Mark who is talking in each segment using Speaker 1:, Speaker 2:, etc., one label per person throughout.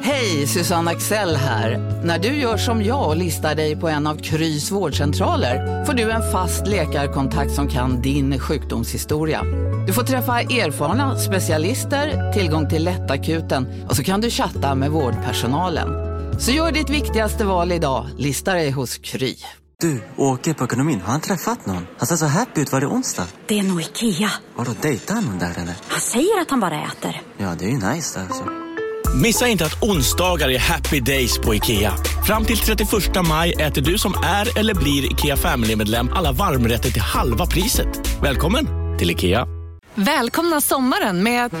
Speaker 1: Hej, Susanne Axel här. När du gör som jag och listar dig på en av Krys vårdcentraler får du en fast läkarkontakt som kan din sjukdomshistoria. Du får träffa erfarna specialister, tillgång till lättakuten och så kan du chatta med vårdpersonalen. Så gör ditt viktigaste val idag, listar dig hos Kry.
Speaker 2: Du, åker på ekonomin. Har han träffat någon? Han ser så happy ut. Var det onsdag?
Speaker 3: Det är nog Ikea.
Speaker 2: Har du dejtat någon där eller?
Speaker 3: Han säger att han bara äter.
Speaker 2: Ja, det är ju nice där alltså.
Speaker 4: Missa inte att onsdagar är happy days på IKEA. Fram till 31 maj äter du som är eller blir IKEA Family-medlem alla varmrätter till halva priset. Välkommen till IKEA.
Speaker 5: Välkomna sommaren med att...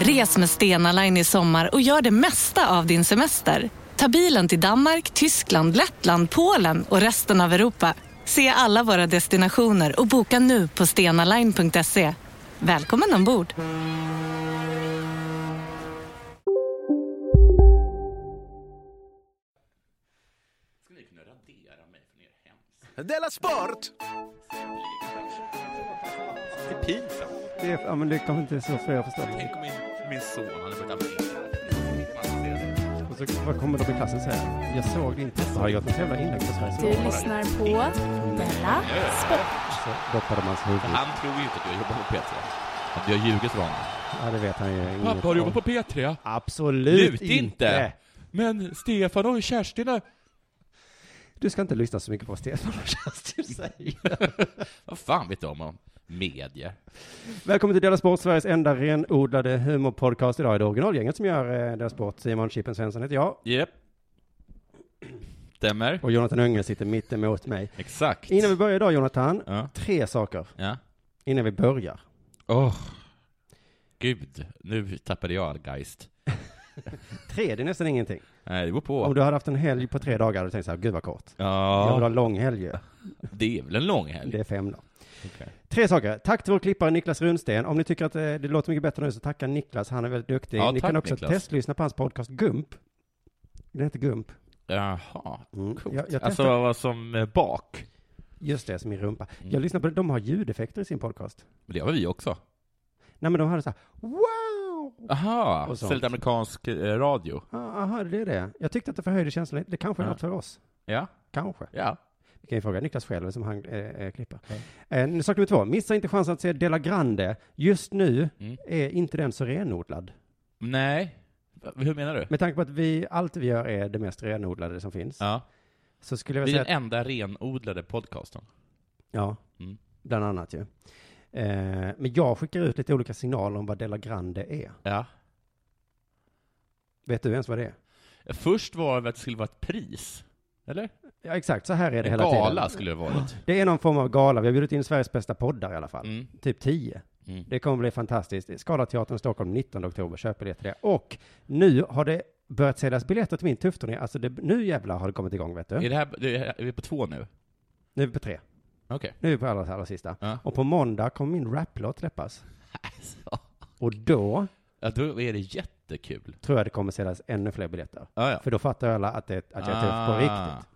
Speaker 5: Res med Stena Line i sommar och gör det mesta av din semester. Ta bilen till Danmark, Tyskland, Lettland, Polen och resten av Europa. Se alla våra destinationer och boka nu på stenaline.se. Välkommen ombord!
Speaker 6: Della Sport!
Speaker 7: Det är pinsamt.
Speaker 8: Det, är- ja, men det kommer inte så för jag förstår.
Speaker 7: Tänk om min, min son hade börjat applådera.
Speaker 8: Och så vad kommer de i klassen säga? Jag såg din test. Har jag gjort något jävla inlägg på Sveriges
Speaker 9: Du
Speaker 8: Radio?"
Speaker 9: lyssnar på Della Sport.
Speaker 8: Så doppade man sig i huvudet.
Speaker 7: Han tror ju inte att jag jobbar på P3. Att jag har ljugit för honom.
Speaker 8: Ja, det vet han ju. inget
Speaker 10: Pappa har
Speaker 8: om.
Speaker 10: jobbat på P3,
Speaker 8: Absolut
Speaker 7: Lut
Speaker 8: inte.
Speaker 7: inte.
Speaker 10: men Stefan och Kerstin har...
Speaker 8: Du ska inte lyssna så mycket på vad Stefan och Kerstin säger.
Speaker 7: Vad fan vet de om medier?
Speaker 8: Välkommen till Della Sport, Sveriges enda renodlade humorpodcast. Idag är det originalgänget som gör eh, Della Sport. Simon Chippen Svensson heter jag.
Speaker 7: Japp. Stämmer.
Speaker 8: Och Jonathan Unge sitter mitt emot mig.
Speaker 7: Exakt.
Speaker 8: Innan vi börjar idag, Jonathan.
Speaker 7: Ja.
Speaker 8: Tre saker
Speaker 7: ja.
Speaker 8: innan vi börjar.
Speaker 7: Åh. Gud, nu tappade jag all geist.
Speaker 8: Tre, det är nästan ingenting.
Speaker 7: Nej, det går
Speaker 8: Om
Speaker 7: på.
Speaker 8: du hade haft en helg på tre dagar hade du tänkt så här, gud vad kort. Jag vill ha
Speaker 7: Ja,
Speaker 8: en lång helg ju.
Speaker 7: det är väl en lång helg?
Speaker 8: Det är fem dagar.
Speaker 7: Okej.
Speaker 8: Tre saker. Tack till vår klippare Niklas Runsten. Om ni tycker att eh, det låter mycket bättre nu så tacka Niklas, han är väldigt duktig.
Speaker 7: Ja,
Speaker 8: ni
Speaker 7: tack,
Speaker 8: kan också
Speaker 7: Niklas.
Speaker 8: testlyssna på hans podcast Gump. Den heter Gump.
Speaker 7: Jaha,
Speaker 8: Mm.
Speaker 7: coolt.
Speaker 8: Jag- jag
Speaker 7: alltså
Speaker 8: testar-
Speaker 7: vad som eh, bak.
Speaker 8: Just det, som min rumpa.
Speaker 7: Mm.
Speaker 8: Jag lyssnar på det, de har ljudeffekter i sin podcast.
Speaker 7: Men Det har vi också.
Speaker 8: Nej men de hade så här, wow!
Speaker 7: Aha,
Speaker 8: Och sånt.
Speaker 7: så lite amerikansk eh, radio.
Speaker 8: Ah, Aha, det är det. Jag tyckte att det förhöjde känslan lite. Det kanske är
Speaker 7: Ja.
Speaker 8: något för oss.
Speaker 7: Ja,
Speaker 8: Kanske.
Speaker 7: ja.
Speaker 8: Vi kan ju fråga Niklas själv som han eh, eh, klipper. Eh, nu sak nummer två. Missa inte chansen att se Della Grande. Just nu
Speaker 7: Mm.
Speaker 8: är inte den så renodlad.
Speaker 7: Nej, Va- hur menar du?
Speaker 8: Med tanke på att vi, allt vi gör är det mest renodlade som finns.
Speaker 7: Ja,
Speaker 8: Så skulle
Speaker 7: vi
Speaker 8: jag
Speaker 7: är
Speaker 8: vilja säga
Speaker 7: den
Speaker 8: att,
Speaker 7: enda renodlade podcasten.
Speaker 8: ja,
Speaker 7: Mm.
Speaker 8: bland annat ju. Eh, men jag skickar ut lite olika signaler om vad Della Grande är.
Speaker 7: Ja.
Speaker 8: Vet du ens vad det är?
Speaker 7: Först var det att det skulle vara ett pris, eller?
Speaker 8: Ja, exakt. Så här är det
Speaker 7: En
Speaker 8: hela
Speaker 7: gala
Speaker 8: tiden.
Speaker 7: skulle det varit.
Speaker 8: Det är någon form av gala. Vi har bjudit in Sveriges bästa poddar i alla fall.
Speaker 7: Mm.
Speaker 8: Typ 10.
Speaker 7: Mm.
Speaker 8: Det kommer bli fantastiskt. Skalateatern Stockholm 19 oktober. Köp biljetter där. Och nu har det börjat säljas biljetter till min tuffturné. Alltså det, nu jävlar har det kommit igång vet du.
Speaker 7: Är, det här, det är är vi på två nu?
Speaker 8: Nu är vi på tre.
Speaker 7: Okej.
Speaker 8: Nu är vi på allra, allra sista.
Speaker 7: Ja.
Speaker 8: Och på måndag kommer min raplåt släppas.
Speaker 7: Alltså.
Speaker 8: Och då
Speaker 7: Ja, då är det jättekul.
Speaker 8: tror jag det kommer säljas ännu fler biljetter.
Speaker 7: Ja, ja.
Speaker 8: För då fattar alla att, det, att jag är tuff på
Speaker 7: Ah.
Speaker 8: riktigt.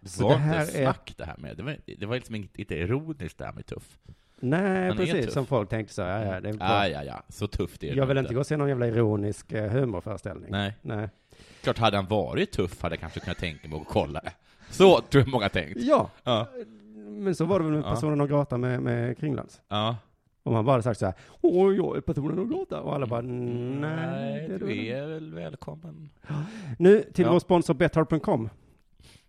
Speaker 7: Det
Speaker 8: Så
Speaker 7: var
Speaker 8: det här
Speaker 7: inte
Speaker 8: är-
Speaker 7: snack det här med. Det var, det var liksom inte, inte ironiskt det här med tuff.
Speaker 8: Nej,
Speaker 7: är
Speaker 8: precis.
Speaker 7: tuff.
Speaker 8: Som folk tänkte så. Ja, ja, det är bra.
Speaker 7: Ah, ja, ja. Så tufft är det
Speaker 8: jag vill inte gå och se någon jävla ironisk eh, humorföreställning.
Speaker 7: Nej.
Speaker 8: Nej.
Speaker 7: Klart, hade han varit tuff hade jag kanske kunnat tänka mig att kolla det. Så tror jag många tänkt.
Speaker 8: Ja,
Speaker 7: Ja.
Speaker 8: men så var det väl med
Speaker 7: Ja.
Speaker 8: personen och gråta med, med Kringlands.
Speaker 7: ja.
Speaker 8: Om han bara hade sagt så här, åh, jag är personen och gråta. Och alla bara,
Speaker 7: Mm.
Speaker 8: nej. det är du
Speaker 7: du
Speaker 8: inte."
Speaker 7: är väl välkommen.
Speaker 8: Nu till
Speaker 7: Ja.
Speaker 8: vår sponsor Betthard.com.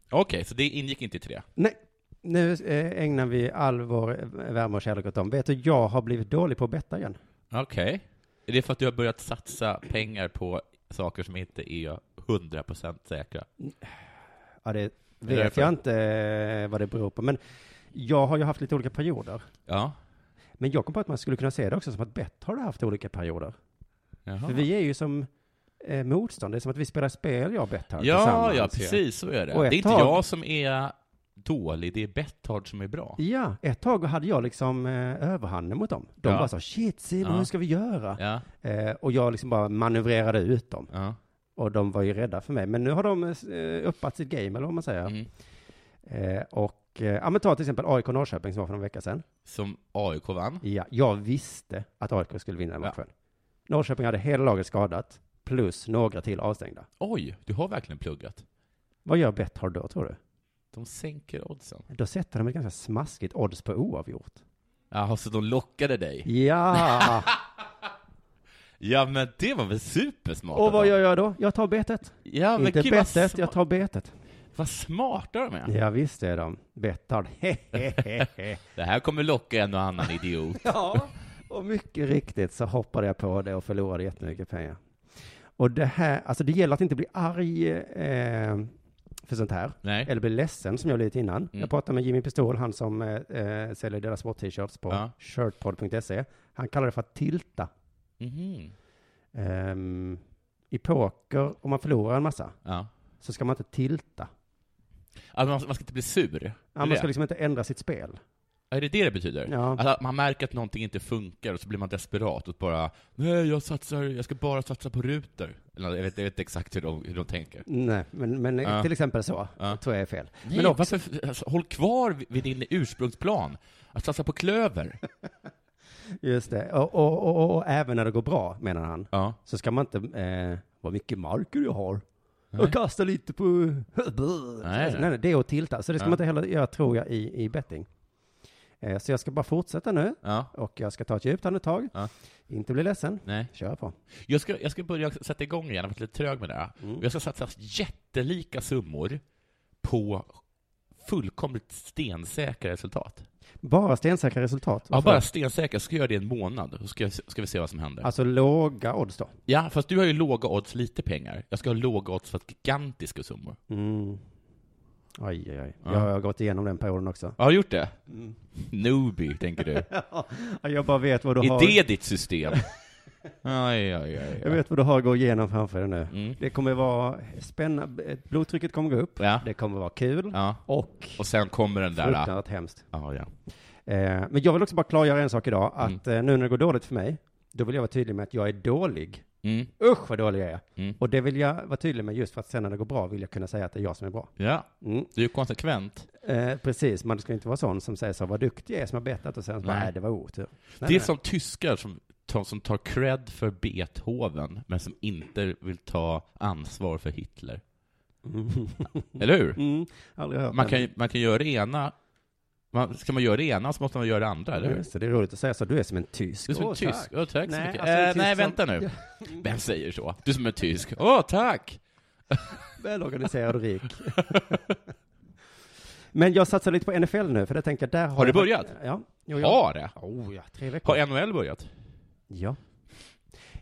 Speaker 7: Okej, så det ingick inte i tre?
Speaker 8: Nej, nu eh, ägnar vi all vår eh, värme och kärlek åt dem. Vet du, jag har blivit dålig på att betta igen.
Speaker 7: Okej. Är det för att du har börjat satsa pengar på saker som inte är 100% säkra?
Speaker 8: Ja, det
Speaker 7: är
Speaker 8: vet
Speaker 7: därför.
Speaker 8: jag inte eh, vad det beror på. Men jag har ju haft lite olika perioder.
Speaker 7: Ja.
Speaker 8: Men jag kom på att man skulle kunna se det också som att bett har haft olika perioder.
Speaker 7: Jaha.
Speaker 8: För vi är ju som eh, motstånd. Det är som att vi spelar spel, jag och bett här
Speaker 7: Ja,
Speaker 8: tillsammans.
Speaker 7: ja,
Speaker 8: ju.
Speaker 7: precis så är det.
Speaker 8: Och ett
Speaker 7: Det är inte
Speaker 8: tag-
Speaker 7: jag som är dålig, det är Betthard som är bra.
Speaker 8: Ja, ett tag hade jag liksom eh, överhanden mot dem. De
Speaker 7: Ja.
Speaker 8: bara sa shit Simon,
Speaker 7: Ja.
Speaker 8: hur ska vi göra?
Speaker 7: Ja,
Speaker 8: Eh, och jag liksom bara manövrerade ut dem.
Speaker 7: ja.
Speaker 8: Och de var ju rädda för mig. Men nu har de eh, uppat sitt game, eller vad man säger.
Speaker 7: Mm.
Speaker 8: Eh, och, eh, ja men ta till exempel AIK Norrköping som var för någon vecka sedan.
Speaker 7: Som AIK vann.
Speaker 8: Ja, jag visste att AIK skulle vinna den matchen. Norrköping hade hela laget skadat. plus några till avstängda.
Speaker 7: Oj, du har verkligen pluggat.
Speaker 8: Vad gör Betthard då, tror du?
Speaker 7: De sänker oddsen.
Speaker 8: Då sätter de ett ganska smaskigt odds på oavgjort.
Speaker 7: Jaha, så de lockade dig?
Speaker 8: Ja!
Speaker 7: Ja, men det var väl supersmart
Speaker 8: Och
Speaker 7: av
Speaker 8: vad
Speaker 7: dem.
Speaker 8: gör jag då? Jag tar betet.
Speaker 7: Ja, men
Speaker 8: Inte
Speaker 7: gud, vad
Speaker 8: bettet, jag
Speaker 7: sma-
Speaker 8: tar betet.
Speaker 7: Vad smarta de är.
Speaker 8: Ja, visst är de. Betthard. Hehehehe.
Speaker 7: Det här kommer locka en och annan idiot.
Speaker 8: Ja, och mycket riktigt så hoppade jag på det och förlorade jättemycket pengar. Och det här, alltså det gäller att inte bli arg eh, för sånt här.
Speaker 7: Nej. Mm.
Speaker 8: Eller bli ledsen som jag blev lite innan. Jag pratade med Jimmy Pistol, han som eh, eh, säljer deras sport-t-shirts på
Speaker 7: Ja.
Speaker 8: shirtpod.se. Han kallar det för att tilta.
Speaker 7: Mhm.
Speaker 8: Ehm, I poker, om man förlorar en massa,
Speaker 7: Ja.
Speaker 8: så ska man inte tilta.
Speaker 7: Alltså, man, man ska inte bli sur.
Speaker 8: Ja,
Speaker 7: det?
Speaker 8: man ska liksom inte ändra sitt spel.
Speaker 7: Är det det det betyder?
Speaker 8: Ja.
Speaker 7: Alltså, att man märker att någonting inte funkar och så blir man desperat och bara Nej, jag satsar, jag ska bara satsa på ruter. Eller, jag, vet, jag vet inte exakt hur de, hur de tänker.
Speaker 8: Nej, men, men
Speaker 7: Ja.
Speaker 8: till exempel så,
Speaker 7: Ja.
Speaker 8: tror jag är fel.
Speaker 7: Nej,
Speaker 8: men också,
Speaker 7: varför, alltså, håll kvar vid- vid din ursprungsplan. Att satsa på klöver.
Speaker 8: just det. Och, och, och, och, och även när det går bra, menar han,
Speaker 7: Ja.
Speaker 8: så ska man inte, eh, vad mycket marker du har. Och kasta lite på... Nej, nej, det är att tilta. Så det ska
Speaker 7: Ja.
Speaker 8: man inte heller göra, tror jag, i, i betting. Eh, så jag ska bara fortsätta nu.
Speaker 7: Ja.
Speaker 8: Och jag ska ta ett djupt andetag.
Speaker 7: Ja.
Speaker 8: Inte bli ledsen.
Speaker 7: Nej.
Speaker 8: Kör på.
Speaker 7: Jag ska, jag ska börja sätta igång igen, jag har varit lite trög med det. här.
Speaker 8: Mm.
Speaker 7: Jag ska satsa jättelika summor på fullkomligt stensäkra resultat.
Speaker 8: Bara stensäkra resultat.
Speaker 7: Ja,
Speaker 8: Varför
Speaker 7: bara
Speaker 8: då?
Speaker 7: stensäkra, så ska jag göra det i en månad, så ska, jag- ska vi se vad som händer.
Speaker 8: Alltså låga odds då.
Speaker 7: Ja, fast du har ju låga odds, lite pengar. Jag ska ha låga odds för att gigantiska summor.
Speaker 8: Mm. Oj, oj, oj. Jag har gått igenom den perioden också.
Speaker 7: Har du gjort det? Mm. Newbie, tänker du.
Speaker 8: Jag bara vet vad du
Speaker 7: Är
Speaker 8: har.
Speaker 7: det ditt system? Aj, aj, aj.
Speaker 8: Jag
Speaker 7: aj.
Speaker 8: vet vad du har att gå igenom framför dig nu.
Speaker 7: Mm.
Speaker 8: Det kommer vara spännande. Blodtrycket kommer gå upp.
Speaker 7: Ja.
Speaker 8: Det kommer vara kul.
Speaker 7: Ja.
Speaker 8: Och
Speaker 7: Och sen kommer den där... ah,
Speaker 8: fruktansvärt hemskt.
Speaker 7: Ja, ja.
Speaker 8: Eh, men jag vill också bara klargöra en sak idag.
Speaker 7: Mm.
Speaker 8: Att eh, nu när det går dåligt för mig, då vill jag vara tydlig med att jag är dålig.
Speaker 7: Mm.
Speaker 8: Usch vad dålig jag är.
Speaker 7: Mm.
Speaker 8: Och det vill jag vara tydlig med just för att sen när det går bra vill jag kunna säga att det är jag som är bra.
Speaker 7: Ja,
Speaker 8: Mm.
Speaker 7: du är konsekvent.
Speaker 8: Eh, precis, man ska inte vara sån som säger så, vad duktig jag är som har bettat och sen så bara,
Speaker 7: Nej.
Speaker 8: nej det var otur. Nej,
Speaker 7: det är
Speaker 8: nej.
Speaker 7: som tyskar som, tar- som tar cred för Beethoven, men som inte vill ta ansvar för Hitler. Eller hur?
Speaker 8: Mm, aldrig hört
Speaker 7: Man
Speaker 8: den.
Speaker 7: kan, ju- man kan göra det ena, man, ska man göra det ena så måste man göra det andra, eller
Speaker 8: Ja,
Speaker 7: hur?
Speaker 8: just det, det är roligt att säga så, du är som en tysk.
Speaker 7: Du som
Speaker 8: Åh,
Speaker 7: är tysk.
Speaker 8: tack.
Speaker 7: Åh, tack så
Speaker 8: Nej,
Speaker 7: mycket.
Speaker 8: alltså,
Speaker 7: eh,
Speaker 8: en tysk
Speaker 7: nej,
Speaker 8: som-
Speaker 7: vänta nu. Vem säger så? Du som är tysk. Åh, tack!
Speaker 8: Välorganiserad och rik. Men jag satsar lite på NFL nu, för det tänker jag, där har
Speaker 7: Har du
Speaker 8: jag-
Speaker 7: börjat?
Speaker 8: Ja. Jo, jag-
Speaker 7: Har det?
Speaker 8: Oh, ja, tre veckor.
Speaker 7: Har NHL börjat?
Speaker 8: Ja.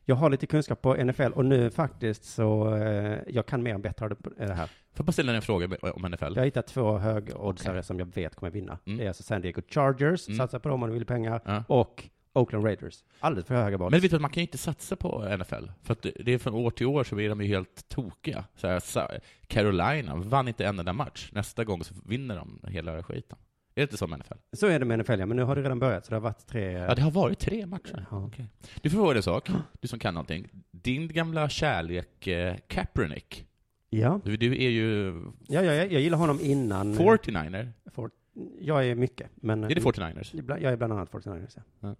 Speaker 8: Jag har lite kunskap på NFL och nu faktiskt så, eh, jag kan mer än bättre på det här.
Speaker 7: Får jag bara ställa en fråga med- om NFL?
Speaker 8: Jag har hittat två högoddsare som jag vet kommer vinna. Det är alltså San Diego Chargers, satsa på dem om du vill pengar,
Speaker 7: Mm. Ja.
Speaker 8: och Oakland Raiders. Alldeles för höga odds.
Speaker 7: Men vet du att man kan ju inte satsa på NFL? För att det är från år till år så är de ju helt tokiga. Så här, sa- Carolina vann inte en enda match. Nästa gång så vinner de hela skiten. Är det inte så med NFL?
Speaker 8: Så är det med NFL, ja, men nu har det redan börjat, så det har varit tre...
Speaker 7: Ja, det har varit tre matcher.
Speaker 8: Ja.
Speaker 7: Okej. Du får fråga dig en sak, du som kan någonting. Din gamla kärlek eh, Kaepernick,
Speaker 8: Ja,
Speaker 7: du, du är ju
Speaker 8: ja, ja jag, jag gillar honom innan...
Speaker 7: 49er.
Speaker 8: Fort- Jag är mycket, men...
Speaker 7: Är det 49ers?
Speaker 8: Ibland- Jag är bland annat 49ers, ja.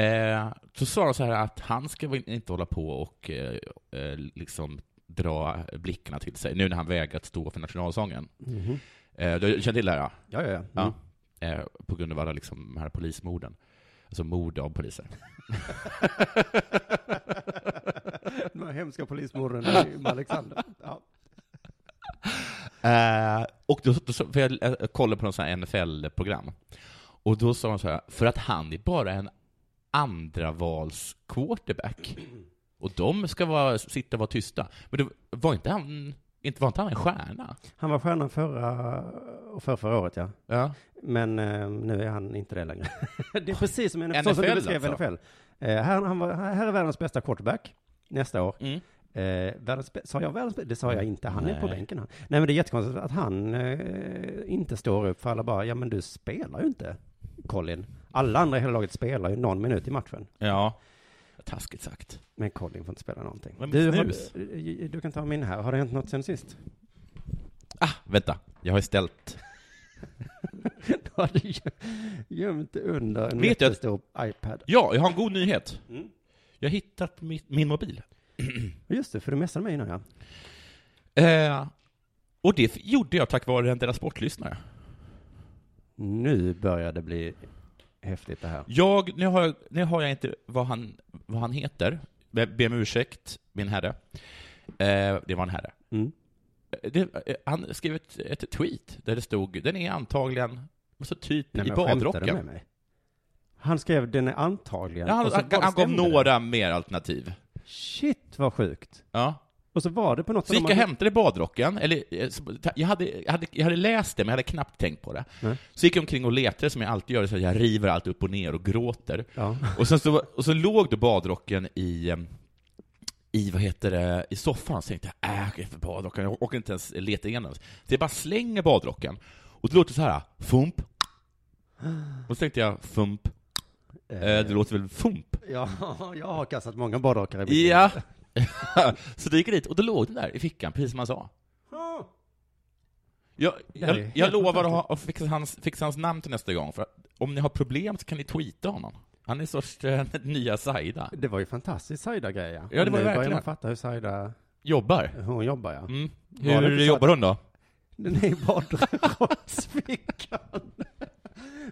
Speaker 7: Eh, så sa de så här att han ska väl inte hålla på och eh, eh, liksom dra blickarna till sig, nu när han vägrat stå för nationalsången. Eh, du känner till det här? ja?
Speaker 8: Ja, ja, ja.
Speaker 7: Ja. Eh, på grund av alla liksom, de här polismorden. Alltså mord av poliser.
Speaker 8: De här hemska polismorden i Alexander. Ja.
Speaker 7: Eh, och då, då, så- för jag eh, kollade på någon sån här NFL-program. Och då sa de så här, för att han är bara en andra vals quarterback Och de ska vara, sitta och vara tysta. Men det, var, inte han, inte, var inte han en stjärna?
Speaker 8: Han var stjärnan förra och för förra året, ja.
Speaker 7: Ja.
Speaker 8: Men eh, nu är han inte det längre. det är precis som NFL, så som du
Speaker 7: NFL,
Speaker 8: beskrev
Speaker 7: alltså.
Speaker 8: NFL. Eh, här, han var, här är världens bästa quarterback nästa år.
Speaker 7: Mm.
Speaker 8: Eh, världens, bä- sa jag världens bä- Det sa jag inte, han är på bänken han. Mm. Nej men det är jättekonstigt att han eh, inte står upp för alla bara, ja men du spelar ju inte Colin. Alla andra i hela laget spelar ju någon minut i matchen.
Speaker 7: Ja. Taskigt sagt.
Speaker 8: Men Colin får inte spela någonting.
Speaker 7: Men
Speaker 8: Du, har,
Speaker 7: snus.
Speaker 8: eh, du kan ta min här, har det hänt något sen sist?
Speaker 7: Ah, vänta. Jag har ju ställt...
Speaker 8: du hade gö- gömt under en
Speaker 7: Vet jag att-
Speaker 8: jättestor iPad.
Speaker 7: Mm. Ja, jag har en god nyhet. Jag har hittat mitt, min mobil.
Speaker 8: Just det, för du messade mig innan ja.
Speaker 7: Eh, och det gjorde jag tack vare en Della Sport-lyssnare.
Speaker 8: Nu börjar det bli häftigt det här. Mm.
Speaker 7: Jag, nu har jag, nu har jag inte vad han, vad han heter. Jag ber om ursäkt, min herre. Eh, det var en herre.
Speaker 8: Mm.
Speaker 7: Eh, Det, eh, han skrev ett, ett tweet där det stod den är antagligen så typ
Speaker 8: Nej,
Speaker 7: i
Speaker 8: men skämtar du med
Speaker 7: badrocken.
Speaker 8: mig? Han skrev den är antagligen.
Speaker 7: Ja, han,
Speaker 8: och så
Speaker 7: han,
Speaker 8: bara
Speaker 7: han gav
Speaker 8: stämde det.
Speaker 7: några mer alternativ.
Speaker 8: Shit vad sjukt.
Speaker 7: Ja.
Speaker 8: Och så var det på något
Speaker 7: Så gick
Speaker 8: de
Speaker 7: jag
Speaker 8: hade-
Speaker 7: hämtade badrocken, eller eh, så- ta- jag hade, jag, hade, jag hade läst det men jag hade knappt tänkt på det.
Speaker 8: Nej.
Speaker 7: Så gick jag omkring och letade som jag alltid gör, så jag river allt upp och ner och gråter.
Speaker 8: Ja.
Speaker 7: Och, sen så, och så låg då badrocken i, eh, i, vad heter det, i soffan, så tänkte jag äh, jag åker för badrocken, jag orkar inte ens leta igenom den. Så jag bara slänger badrocken, och det låter så här, fump. Och så tänkte jag, fump, eh, det låter väl fump?
Speaker 8: Ja, jag har kastat många badrockar i mitt
Speaker 7: Ja. så då gick jag dit, och då låg den där i fickan, precis som han sa.
Speaker 8: liv.
Speaker 7: Jag,
Speaker 8: här
Speaker 7: jag,
Speaker 8: är helt
Speaker 7: jag lovar att, ha, att fixa, hans, fixa hans namn till nästa gång, för att om ni har problem så kan ni tweeta honom. Han är sorts eh, nya Saida.
Speaker 8: Det var ju fantastiskt Saida-grej ja.
Speaker 7: Ja, det var ju
Speaker 8: nu börjar
Speaker 7: verkligen.
Speaker 8: man fatta hur Saida,
Speaker 7: Jobbar.
Speaker 8: hon jobbar ja.
Speaker 7: Mm.
Speaker 8: Ja,
Speaker 7: Hur
Speaker 8: det är så
Speaker 7: jobbar hon då?
Speaker 8: Den är i badrumsfickan.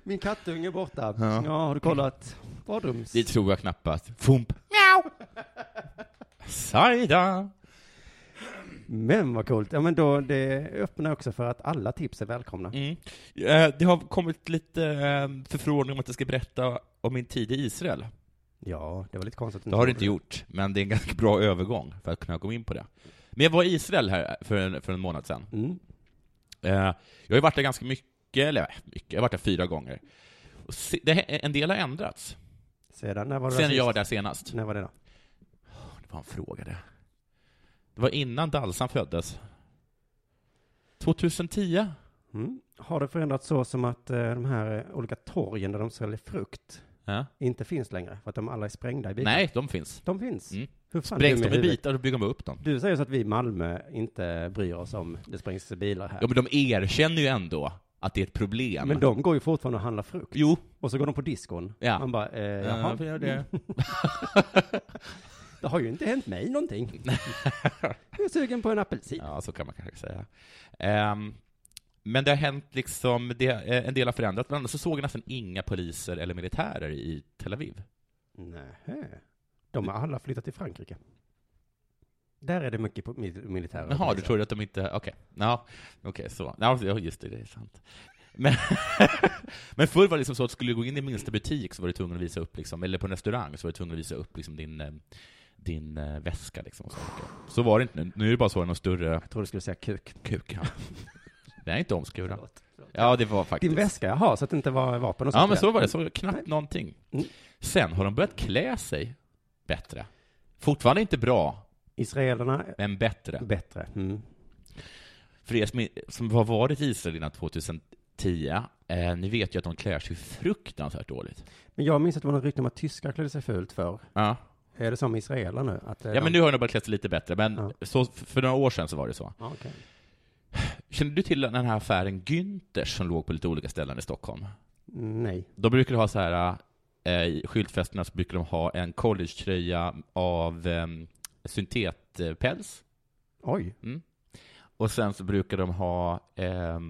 Speaker 8: Min kattunge är borta. Ja.
Speaker 7: Ja.
Speaker 8: har du kollat badrums...
Speaker 7: Det tror jag knappast. Fump. Miau! Saida!
Speaker 8: Men vad coolt. Ja men då, det öppnar också för att alla tips är välkomna.
Speaker 7: Mm. Eh, Det har kommit lite eh, förfrågningar om att jag ska berätta om min tid i Israel.
Speaker 8: Ja, det var lite konstigt.
Speaker 7: Det har du inte gjort, men det är en ganska bra övergång för att kunna komma in på det. Men jag var i Israel här för en, för en månad sedan.
Speaker 8: Mm.
Speaker 7: Eh, Jag har ju varit där ganska mycket, eller äh, mycket, jag har varit där fyra gånger. Och se, det, en del har ändrats
Speaker 8: Sedan, när var det
Speaker 7: sen jag var
Speaker 8: sist?
Speaker 7: där senast.
Speaker 8: När var det då?
Speaker 7: Det var en fråga det. Det var innan Dalsan föddes. 2010?
Speaker 8: Mm. Har det förändrats så som att eh, de här eh, olika torgen där de säljer frukt
Speaker 7: Ja.
Speaker 8: inte finns längre? För att de alla är sprängda i bitar?
Speaker 7: Nej, de finns.
Speaker 8: De finns.
Speaker 7: Mm.
Speaker 8: Hur fan är
Speaker 7: Brängs
Speaker 8: du med
Speaker 7: de i
Speaker 8: huvudet?
Speaker 7: bitar och bygger de upp dem.
Speaker 8: Du säger så att vi i Malmö inte bryr oss om det sprängs bilar här.
Speaker 7: Ja, men de erkänner ju ändå att det är ett problem.
Speaker 8: Men de går ju fortfarande och handlar frukt.
Speaker 7: Jo.
Speaker 8: Och så går de på diskon.
Speaker 7: Ja.
Speaker 8: Man bara, eh,
Speaker 7: Eh,
Speaker 8: jaha.
Speaker 7: får jag göra det?
Speaker 8: Det har ju inte hänt mig någonting. jag är sugen på en apelsin.
Speaker 7: Ja, så kan man kanske säga. Ehm, men det har hänt liksom, det, eh, en del har förändrats, bland annat så såg jag nästan inga poliser eller militärer i Tel Aviv.
Speaker 8: Nähä. De har alla flyttat till Frankrike. Där är det mycket po- mil- militärer. och
Speaker 7: Jaha, du
Speaker 8: poliser.
Speaker 7: trodde att de inte, okej, ja, okej, så, ja, ja, just det, det är sant. Men, men förr var det liksom så att skulle du gå in i minsta butik så var du tvungen att visa upp, liksom, eller på en restaurang så var du tvungen att visa upp liksom, din, eh, din eh, väska. Liksom, och sånt. så var det inte nu, nu är det bara så att någon större
Speaker 8: Jag trodde du skulle säga kuk.
Speaker 7: kuk. Ja. Den är inte omskuren.
Speaker 8: Förlåt, förlåt.
Speaker 7: Ja, det var faktiskt.
Speaker 8: Din väska, jaha, så att det inte var vapen och sånt
Speaker 7: Ja, men
Speaker 8: där.
Speaker 7: så var det. Så knappt någonting.
Speaker 8: Mm.
Speaker 7: Sen har de börjat klä sig bättre. Fortfarande inte bra,
Speaker 8: Israelerna är
Speaker 7: men bättre.
Speaker 8: bättre. Mm.
Speaker 7: För er som, som har varit i Israel innan 2010, eh, ni vet ju att de klär sig fruktansvärt dåligt.
Speaker 8: Men jag minns att det var något rykte om att tyskar klädde sig fult för.
Speaker 7: Ja,
Speaker 8: Är det som israeler nu? Att eh,
Speaker 7: ja men
Speaker 8: de...
Speaker 7: nu har de börjat klä sig lite bättre, men så, för några år sedan så var det så.
Speaker 8: Ja, okej.
Speaker 7: Känner du till den här affären Günthers som låg på lite olika ställen i Stockholm?
Speaker 8: Nej.
Speaker 7: De brukar ha så här, eh, i skyltfästena så brukar de ha en collegetröja av eh, syntetpäls.
Speaker 8: Oj.
Speaker 7: Och sen så brukar de ha eh,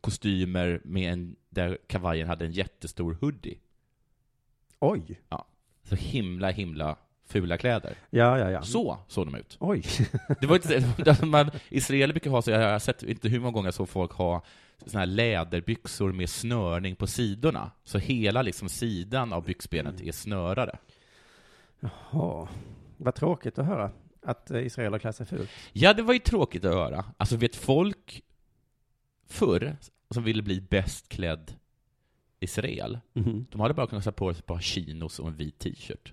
Speaker 7: kostymer med en, där kavajen hade en jättestor hoodie.
Speaker 8: Oj.
Speaker 7: Så himla, himla fula kläder.
Speaker 8: Ja, ja, ja.
Speaker 7: Så såg de ut.
Speaker 8: Oj.
Speaker 7: Det var inte, man, Israeler brukar ha så, jag har sett inte hur många gånger jag såg folk ha såna här läderbyxor med snörning på sidorna. Så hela liksom sidan av byxbenet är snörade.
Speaker 8: Ja, vad tråkigt att höra att eh, israeler klär sig fult.
Speaker 7: Ja, det var ju tråkigt att höra. Alltså vet folk förr som ville bli bäst klädd israel, De hade bara kunnat sätta på sig ett par chinos och en vit t-shirt.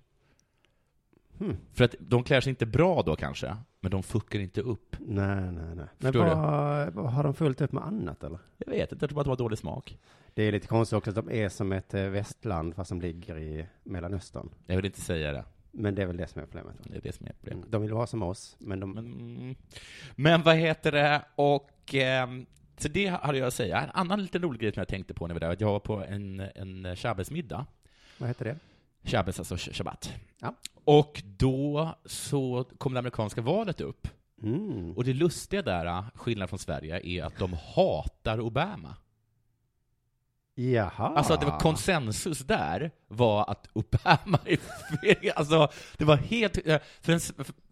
Speaker 8: Hmm.
Speaker 7: För att de klär sig inte bra då kanske, men de fuckar inte upp.
Speaker 8: Nej, nej, nej. Men
Speaker 7: Förstår du?
Speaker 8: vad, vad har de fullt upp med annat eller?
Speaker 7: Jag vet inte, jag tror bara att de har dålig smak.
Speaker 8: Det är lite konstigt också att de är som ett eh, västland fast de ligger i Mellanöstern.
Speaker 7: Jag vill inte säga det.
Speaker 8: Men det är väl det som är problemet. va? Mm.
Speaker 7: Det är det som är problemet.
Speaker 8: De vill vara som oss, men de...
Speaker 7: Men, mm. men vad heter det? Och ehm, så det hade jag att säga. En annan liten rolig grej som jag tänkte på när vi var där, att jag var på en, en shabbesmiddag.
Speaker 8: Vad heter det?
Speaker 7: Shabbes, alltså sh- Shabbat.
Speaker 8: Ja.
Speaker 7: Och då så kom det amerikanska valet upp.
Speaker 8: Mm.
Speaker 7: Och det lustiga där, eh, skillnaden från Sverige, är att de hatar Obama.
Speaker 8: Jaha.
Speaker 7: Alltså att det var konsensus där var att Obama är fel. Alltså, det var helt... eh, För en,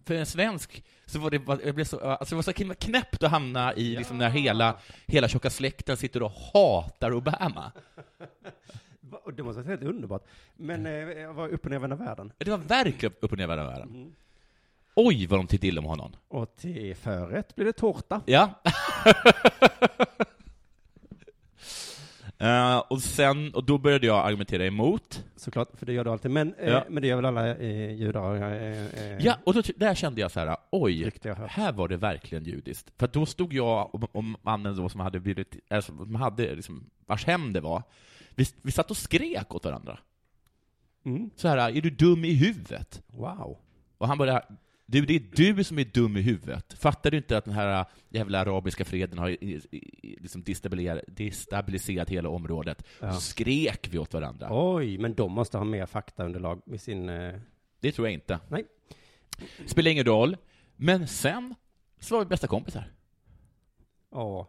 Speaker 7: för en svensk så var det, bara- jag blev så, alltså det var så himla knäppt att hamna i liksom när hela, hela tjocka släkten sitter och hatar Obama.
Speaker 8: Va- och Det måste vara helt underbart. Men eh, jag var upp och nervända världen.
Speaker 7: Det var verkligen upp och ner i världen. Oj, vad de tyckte illa om honom.
Speaker 8: Och till förrätt blir det tårta.
Speaker 7: Ja. Eh, och sen, och då började jag argumentera emot.
Speaker 8: Såklart, för det gör du alltid. Men, eh,
Speaker 7: Ja.
Speaker 8: men det gör väl alla eh, judar? Eh, eh,
Speaker 7: Ja, och då, ty- där kände jag så här, oj,
Speaker 8: Tyckte jag hört.
Speaker 7: här var det verkligen judiskt. För att då stod jag och, och mannen då som hade blivit, alltså, som hade liksom, vars hem det var, vi, vi satt och skrek åt varandra.
Speaker 8: Mm.
Speaker 7: Så här, är du dum i huvudet?
Speaker 8: Wow.
Speaker 7: Och han bara, du, det är du som är dum i huvudet. Fattar du inte att den här jävla arabiska freden har i- i- i- liksom destabiliserat, destabiliserat hela området? Så skrek vi åt varandra.
Speaker 8: Oj, men de måste ha mer faktaunderlag i sin... Eh,
Speaker 7: Det tror jag inte.
Speaker 8: nej.
Speaker 7: Spelar ingen roll. Men sen så var vi bästa kompisar.
Speaker 8: Ja,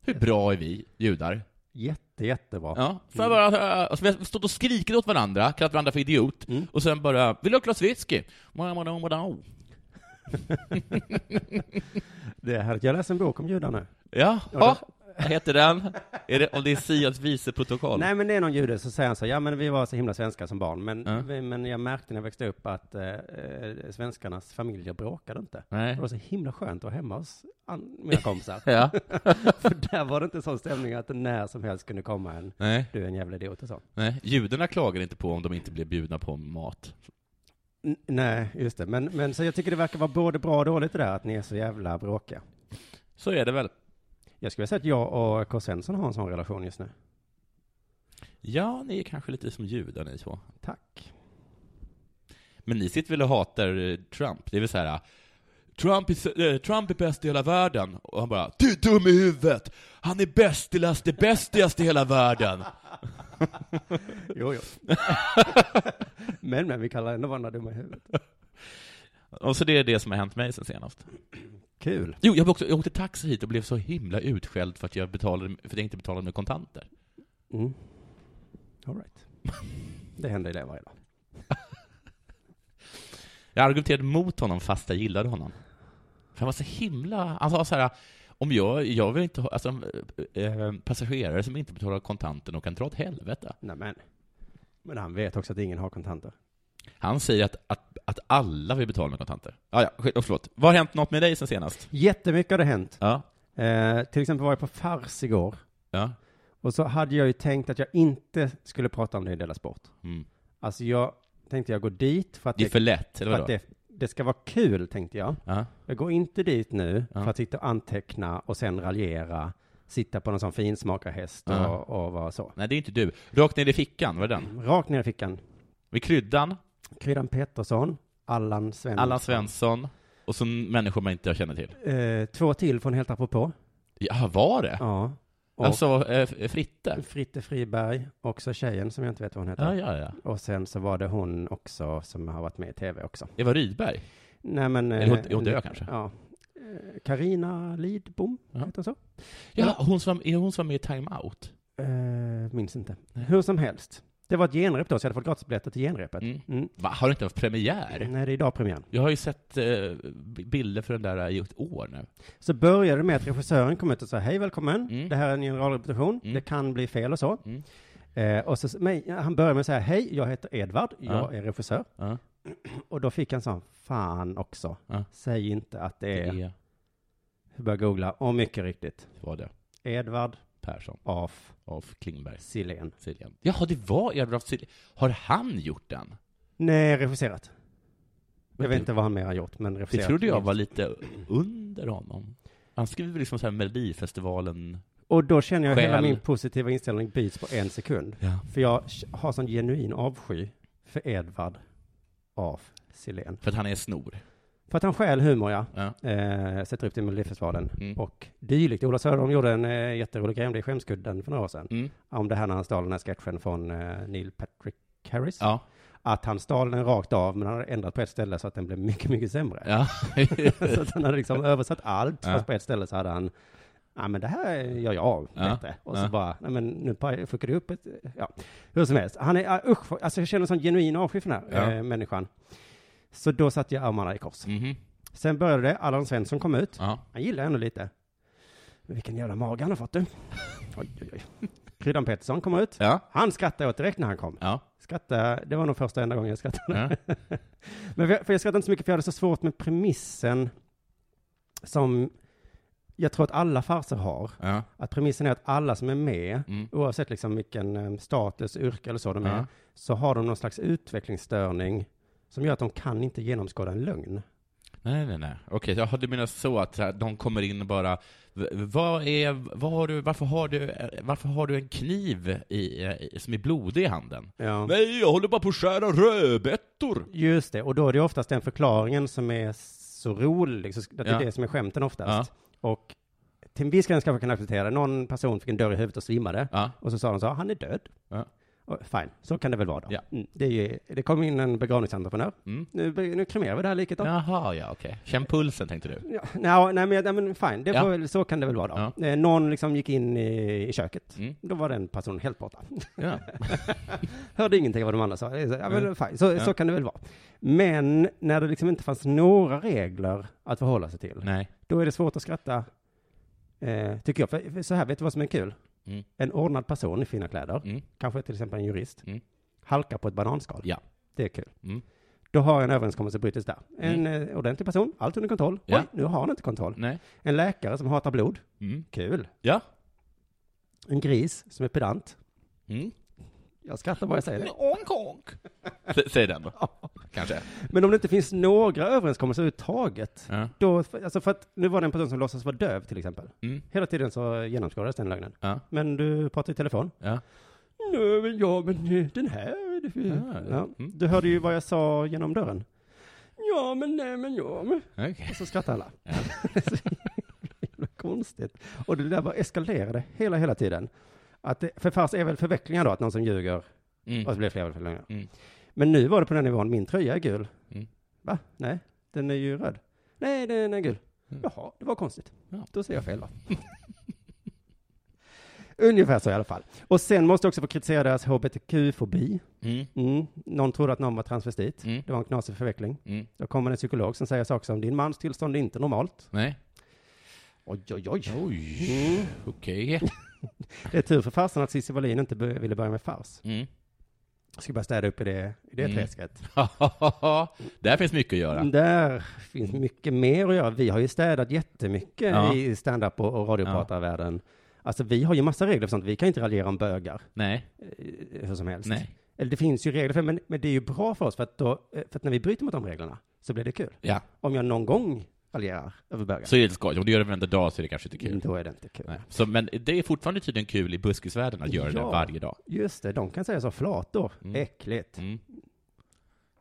Speaker 7: Hur bra är vi judar?
Speaker 8: jätte, jättebra.
Speaker 7: Ja. Sen bara, alltså, vi har stått och skrikit åt varandra, kallat varandra för idiot, och sen bara ”Vill du ha ett glas whisky?” Mada, mada, mada.
Speaker 8: Det är härligt. Jag läser en bok om judar nu.
Speaker 7: Ja, ja. Vad heter den? Är det, om det är Sias vice protokoll?
Speaker 8: Nej, men det är någon jude som säger han så, här, ja men vi var så himla svenska som barn, men, men jag märkte när jag växte upp att eh, eh, svenskarnas familjer bråkade inte.
Speaker 7: Nej.
Speaker 8: Det var så himla skönt att vara hemma hos an- mina kompisar.
Speaker 7: Ja.
Speaker 8: För där var det inte sån stämning att det när som helst kunde komma en,
Speaker 7: Nej.
Speaker 8: du är en jävla idiot och så.
Speaker 7: Nej, judarna klagar inte på om de inte blir bjudna på mat.
Speaker 8: N- nej, just det. Men, men så jag tycker det verkar vara både bra och dåligt det där, att ni är så jävla bråkiga.
Speaker 7: Så är det väl?
Speaker 8: Jag skulle vilja säga att jag och K. Svensson har en sån relation just nu.
Speaker 7: Ja, ni är kanske lite som judar ni två.
Speaker 8: Tack.
Speaker 7: Men ni sitter väl och hatar eh, Trump? Det är väl så här. eh, Trump är, eh, Trump är bäst i hela världen. Och han bara, du är dum i huvudet! Han är bästigaste, bästigast i hela världen!
Speaker 8: Jo, jo. men, men vi kallar ändå varandra dumma i huvudet.
Speaker 7: Och så det är det som har hänt mig sen senast.
Speaker 8: Kul.
Speaker 7: Jo, jag, var också, jag åkte taxi hit och blev så himla utskälld för att jag, betalade, för att jag inte betalade med kontanter.
Speaker 8: Mm. All right. Det händer i det varje dag.
Speaker 7: Jag argumenterade mot honom fast jag gillade honom. För han var så himla... Han sa så här, om jag, jag vill inte ha... Alltså, eh, eh, passagerare som inte betalar kontanten och kan dra åt helvete.
Speaker 8: Nej, men. men han vet också att ingen har kontanter.
Speaker 7: Han säger att, att, att alla vill betala med kontanter. Ah, ja, skit- oh, förlåt. Vad har hänt något med dig sen senast?
Speaker 8: Jättemycket har det hänt.
Speaker 7: Ja.
Speaker 8: Eh, till exempel var jag på Fars igår.
Speaker 7: Ja.
Speaker 8: Och så hade jag ju tänkt att jag inte skulle prata om det i Della Sport.
Speaker 7: Mm.
Speaker 8: Alltså jag tänkte jag går dit för att
Speaker 7: Det är för lätt, eller
Speaker 8: för att
Speaker 7: vadå?
Speaker 8: det, det ska vara kul, tänkte jag.
Speaker 7: Ja.
Speaker 8: Jag går inte dit nu
Speaker 7: Ja.
Speaker 8: för att sitta och anteckna och sen raljera, sitta på någon sån finsmakarhäst
Speaker 7: Ja.
Speaker 8: och, och vara så.
Speaker 7: Nej, det är inte du. Rakt ner i fickan, var det den?
Speaker 8: Rakt ner i fickan.
Speaker 7: Med kryddan,
Speaker 8: Kryddan Pettersson, Allan Svensson.
Speaker 7: Allan Svensson och så människor man inte känner till.
Speaker 8: Eh, två till från Helt apropå.
Speaker 7: Ja, var det?
Speaker 8: Ja. Och
Speaker 7: Alltså, eh, Fritte?
Speaker 8: Fritte Friberg, också tjejen som jag inte vet vad hon heter.
Speaker 7: Ja, ja, ja.
Speaker 8: Och sen så var det hon också som har varit med i tv också.
Speaker 7: Eva Rydberg?
Speaker 8: Nej men... eh,
Speaker 7: Eller hon- hon dör kanske?
Speaker 8: Ja. Karina Lidbom,
Speaker 7: Ja.
Speaker 8: heter hon så?
Speaker 7: Ja, hon som, är hon som var med i Time Out?
Speaker 8: Eh, minns inte. Hur som helst. Det var ett genrep då, så jag hade fått gratisbiljetter till genrepet.
Speaker 7: Mm.
Speaker 8: Mm.
Speaker 7: Va, har det inte haft premiär?
Speaker 8: Nej, det är idag premiären.
Speaker 7: Jag har ju sett eh, b- bilder för den där i ett år nu.
Speaker 8: Så började det med att regissören kom ut och sa hej välkommen,
Speaker 7: Mm.
Speaker 8: det här är en generalrepetition,
Speaker 7: Mm.
Speaker 8: det kan bli fel och så.
Speaker 7: Mm.
Speaker 8: Eh, och så men, han började med att säga hej, jag heter Edvard, jag
Speaker 7: Ja.
Speaker 8: är regissör.
Speaker 7: Ja.
Speaker 8: Och då fick han sån, fan också,
Speaker 7: Ja.
Speaker 8: säg inte att det
Speaker 7: Det
Speaker 8: är,
Speaker 7: är-
Speaker 8: började googla, och mycket riktigt,
Speaker 7: var det.
Speaker 8: Edvard
Speaker 7: Persson
Speaker 8: af
Speaker 7: av Klingberg.
Speaker 8: Silén.
Speaker 7: Siljan. Jaha, det var Edvard Siljan. Har han gjort den?
Speaker 8: Nej, regisserat. Jag
Speaker 7: Men
Speaker 8: vet
Speaker 7: det-
Speaker 8: inte vad han mer har gjort, men
Speaker 7: Det
Speaker 8: regisserat.
Speaker 7: trodde jag var lite under honom. Han skrev väl liksom så här Melodifestivalen...
Speaker 8: Och då känner jag hela
Speaker 7: Själ.
Speaker 8: min positiva inställning byts på en sekund.
Speaker 7: Ja.
Speaker 8: För jag har sån genuin avsky för Edvard af Silén.
Speaker 7: För att han är en snor.
Speaker 8: För att han stjäl humor, ja.
Speaker 7: Ja.
Speaker 8: Eh, sätter upp det i Melodifestivalen.
Speaker 7: Mm.
Speaker 8: Och dylikt. Ola Söderholm gjorde en eh, jätterolig grej om det i Skämskudden för några år sedan.
Speaker 7: Mm.
Speaker 8: Om det här när han stal den här sketchen från eh, Neil Patrick Harris.
Speaker 7: Ja.
Speaker 8: att han stal den rakt av, men han hade ändrat på ett ställe så att den blev mycket, mycket sämre.
Speaker 7: Ja.
Speaker 8: så att han hade liksom översatt allt,
Speaker 7: Ja.
Speaker 8: fast på ett ställe så hade han Ja men det här gör jag av
Speaker 7: Ja.
Speaker 8: bättre. Och så
Speaker 7: Ja.
Speaker 8: bara, nej men nu paj- fuckar du upp ett, ja. Hur som helst, han är, ah, usch, alltså jag känner en sån genuin avsky för den här
Speaker 7: Ja.
Speaker 8: eh, människan. Så då satte jag armarna i kors.
Speaker 7: Mhm.
Speaker 8: Sen började det, Allan Svensson kom ut.
Speaker 7: Ja.
Speaker 8: Han gillar henne lite. Men vilken jävla mage han har fått du. Oj, oj, oj. Kryddan Pettersson kom ut.
Speaker 7: Ja.
Speaker 8: Han skrattade åt direkt när han kom.
Speaker 7: Ja.
Speaker 8: Skrattade, det var nog första enda gången jag skrattade.
Speaker 7: Ja.
Speaker 8: Men för, för jag skrattade inte så mycket för jag hade så svårt med premissen som jag tror att alla farser har.
Speaker 7: Ja.
Speaker 8: Att premissen är att alla som är med,
Speaker 7: Mm.
Speaker 8: oavsett liksom vilken eh, status, yrke eller så de är,
Speaker 7: Ja.
Speaker 8: så har de någon slags utvecklingsstörning som gör att de kan inte genomskåda en lögn.
Speaker 7: Nej, nej, nej. Okej, okay, du menar så att så här, de kommer in och bara "V- vad är, vad har du, varför har du, eh, varför har du en kniv i, eh, i- som är blodig i handen?
Speaker 8: Ja.
Speaker 7: Nej, jag håller bara på att skära rödbetor!
Speaker 8: Just det, och då är det oftast den förklaringen som är så rolig, så det är
Speaker 7: Ja.
Speaker 8: det som är skämten oftast. Och till en viss gräns kanske jag kan acceptera det. Någon person fick en dörr i huvudet och svimmade.
Speaker 7: Ja.
Speaker 8: Och så sa de så, han är död.
Speaker 7: Ja.
Speaker 8: Och, fine, så kan det väl vara då.
Speaker 7: Ja.
Speaker 8: Mm, Det, är ju, det kom in en begravningsentreprenör.
Speaker 7: Mm.
Speaker 8: Nu, be- nu kremerar vi det här liket då.
Speaker 7: Jaha, ja, okej. Känn pulsen, tänkte du.
Speaker 8: Ja, nej, nej, men, nej, men fine, det
Speaker 7: Ja.
Speaker 8: får, väl- så kan det väl vara då. Eh, Någon liksom gick in i, i köket.
Speaker 7: Mm.
Speaker 8: Då var den personen helt borta.
Speaker 7: Ja.
Speaker 8: Hörde ingenting av vad de andra sa. Det är så- Ja,
Speaker 7: Mm.
Speaker 8: men, fine. Så, så
Speaker 7: Ja.
Speaker 8: kan det väl vara. Men när det liksom inte fanns några regler att förhålla sig till,
Speaker 7: Nej.
Speaker 8: då är det svårt att skratta, eh, tycker jag. För, för så här, vet du vad som är kul?
Speaker 7: Mm.
Speaker 8: En ordnad person i fina kläder,
Speaker 7: Mm.
Speaker 8: kanske till exempel en jurist,
Speaker 7: Mm.
Speaker 8: halkar på ett bananskal.
Speaker 7: Ja.
Speaker 8: Det är kul.
Speaker 7: Mm.
Speaker 8: Då har en överenskommelse brutits där. En
Speaker 7: Mm.
Speaker 8: eh, ordentlig person, allt under kontroll.
Speaker 7: Ja. Mm.
Speaker 8: Oj, nu har han inte kontroll.
Speaker 7: Nej.
Speaker 8: En läkare som hatar blod.
Speaker 7: Mm.
Speaker 8: Kul.
Speaker 7: Ja.
Speaker 8: En gris som är pedant.
Speaker 7: Mm.
Speaker 8: Jag skrattar bara jag säger det.
Speaker 7: Onk, onk. S- Säg den då. Kanske.
Speaker 8: Men om det inte finns några överenskommelser överhuvudtaget,
Speaker 7: Ja.
Speaker 8: då, alltså för att nu var det en person som låtsas vara döv till exempel.
Speaker 7: Mm.
Speaker 8: Hela tiden så genomskådades den lögnen.
Speaker 7: Ja.
Speaker 8: Men du pratade i telefon.
Speaker 7: Ja.
Speaker 8: Nej, men ja, men eh, den här. det-
Speaker 7: Ja,
Speaker 8: Ja.
Speaker 7: mm.
Speaker 8: Du hörde ju vad jag sa genom dörren. Ja, men nej, men ja, men.
Speaker 7: Okej.
Speaker 8: Och så skrattar alla. så jävla konstigt. Och det där bara eskalerade hela, hela tiden. Att det, för fars är väl förvecklingar då, att någon som ljuger och
Speaker 7: Mm.
Speaker 8: så blir det fler förvecklingar.
Speaker 7: Mm.
Speaker 8: Men nu var det på den nivån, min tröja är gul.
Speaker 7: Mm.
Speaker 8: Va? Nej, den är ju röd. Nej, den är gul.
Speaker 7: Mm.
Speaker 8: Jaha, det var konstigt.
Speaker 7: Ja.
Speaker 8: Då säger jag fel då. Ungefär så i alla fall. Och sen måste jag också få kritisera deras hbtq-fobi.
Speaker 7: Mm.
Speaker 8: Mm. Någon trodde att någon var transvestit.
Speaker 7: Mm.
Speaker 8: Det var en knasig förveckling.
Speaker 7: Mm.
Speaker 8: Då kommer en psykolog som säger saker som din mans tillstånd är inte normalt.
Speaker 7: Nej.
Speaker 8: Oj, oj, oj.
Speaker 7: Oj.
Speaker 8: Mm.
Speaker 7: Okej.
Speaker 8: Det är tur för farsan att Cissi Wallin inte be- ville börja med fars.
Speaker 7: Mm.
Speaker 8: Jag ska bara städa upp i det, i det
Speaker 7: Mm.
Speaker 8: träsket.
Speaker 7: Där finns mycket att göra.
Speaker 8: Där finns mycket mer att göra. Vi har ju städat jättemycket
Speaker 7: Ja.
Speaker 8: i stand-up och, och radiopratarvärlden. Alltså vi har ju massa regler för sånt. Vi kan inte raljera om bögar
Speaker 7: Nej.
Speaker 8: eh, hur som helst.
Speaker 7: Nej.
Speaker 8: Eller det finns ju regler för men, men det är ju bra för oss för att, då, eh, för att när vi bryter mot de reglerna så blir det kul.
Speaker 7: Ja.
Speaker 8: Om jag någon gång raljerar över bögar,
Speaker 7: Så är det skoj. Om du gör det varenda dag så är det kanske inte kul.
Speaker 8: då är det inte kul.
Speaker 7: Nej. Så, men det är fortfarande tydligen kul i buskisvärlden att göra det
Speaker 8: Ja.
Speaker 7: varje dag.
Speaker 8: Just det, de kan säga så, flator, äckligt.
Speaker 7: Mm.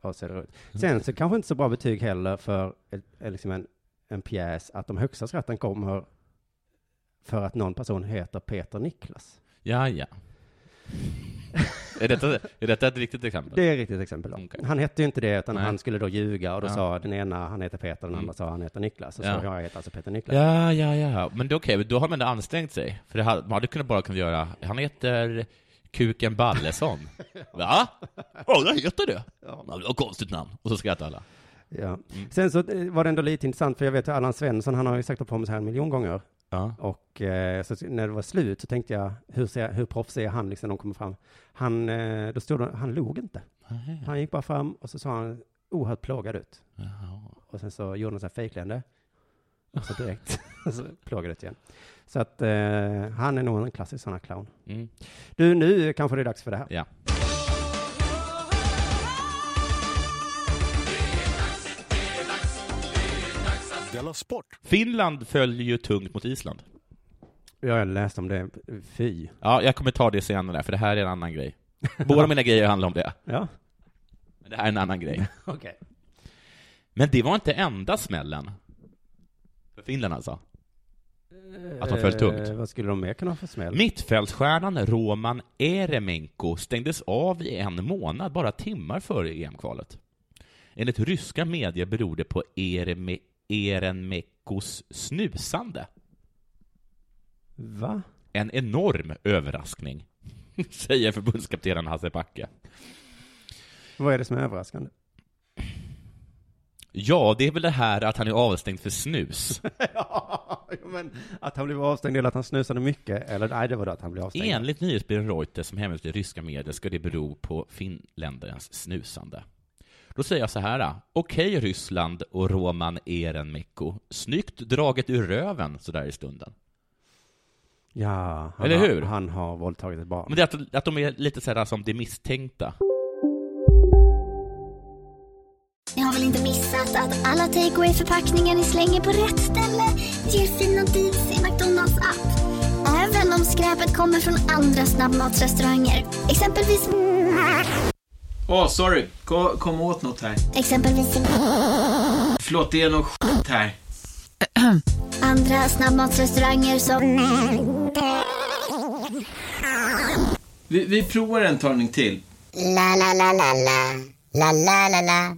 Speaker 8: Ja, ser det ut. Sen så kanske inte så bra betyg heller för ett, eh, liksom en, en pjäs att de högsta skratten kommer för att någon person heter Peter Niklas.
Speaker 7: Ja, ja. är, detta, är detta ett riktigt exempel?
Speaker 8: Det är ett riktigt exempel. Då.
Speaker 7: Okej.
Speaker 8: Han hette ju inte det, utan
Speaker 7: Nej.
Speaker 8: han skulle då ljuga och då
Speaker 7: Ja.
Speaker 8: sa den ena, han heter Peter, den
Speaker 7: Mm.
Speaker 8: andra sa han heter Niklas. Och så
Speaker 7: Ja.
Speaker 8: jag heter alltså Peter Niklas.
Speaker 7: Ja, ja, ja. Men då, okej, men då har man ändå ansträngt sig. För det hade, man hade kunnat bara kunnat göra, han heter Kuken Ballesson. Va? Ja, det heter det. Ja, det var ett konstigt namn. Och så skrattar alla.
Speaker 8: Ja.
Speaker 7: Mm.
Speaker 8: Sen så eh, var det ändå lite intressant, för jag vet att Allan Svensson, han har ju sagt upp på mig så här en miljon gånger.
Speaker 7: Ja.
Speaker 8: Och eh, så när det var slut så tänkte jag, hur, ser, hur proffsig är han liksom när de kommer fram? Han, eh, då stod det, han log inte. Han gick bara fram och så sa han oerhört plågad ut. Och sen så gjorde han så här fejkleende. Och så direkt och så plågad ut igen. Så att eh, han är nog en klassisk sån här clown.
Speaker 7: Mm.
Speaker 8: Du, nu kanske det är dags för det här.
Speaker 7: Ja.
Speaker 6: Della Sport!
Speaker 7: Finland följer ju tungt mot Island.
Speaker 8: Jag läste om det, fy.
Speaker 7: Ja, jag kommer ta det senare, för det här är en annan grej. Båda mina grejer handlar om det.
Speaker 8: Ja,
Speaker 7: Men det här är en annan grej.
Speaker 8: okej.
Speaker 7: Men det var inte enda smällen. För Finland alltså. Att de föll tungt.
Speaker 8: Eh, vad skulle de mer kunna ha för smäll?
Speaker 7: Mittfältsstjärnan Roman Eremenko stängdes av i en månad, bara timmar före EM-kvalet. Enligt ryska medier beror det på Ereme- Erenmekos snusande.
Speaker 8: Va?
Speaker 7: En enorm överraskning, säger förbundskaptenen Hasse Backe.
Speaker 8: Vad är det som är överraskande?
Speaker 7: Ja, det är väl det här att han är avstängd för snus.
Speaker 8: ja, men att han blev avstängd eller att han snusade mycket, eller nej, det var då att han blev avstängd.
Speaker 7: Enligt nyhetsbyrån Reuters som hemligt i ryska medier ska det bero på finländarens snusande. Då säger jag så här. Okej Ryssland och Roman Erenmekko. Snyggt draget ur röven sådär i stunden.
Speaker 8: Ja, han
Speaker 7: Eller
Speaker 8: har,
Speaker 7: hur?
Speaker 8: han har våldtagit ett barn.
Speaker 7: Men det är att, att de är lite sådär som det misstänkta.
Speaker 11: Ni har väl inte missat att alla takeaway förpackningar ni slänger på rätt ställe ger fina deals i McDonalds app. Även om skräpet kommer från andra snabbmatsrestauranger. Exempelvis...
Speaker 12: Åh, sorry. Kom, kom åt något här.
Speaker 11: Exempelvis...
Speaker 12: Förlåt, det är något skit här.
Speaker 11: Andra snabbmatsrestauranger som...
Speaker 12: Vi, vi provar en talning till.
Speaker 13: La la la la la. La la la la.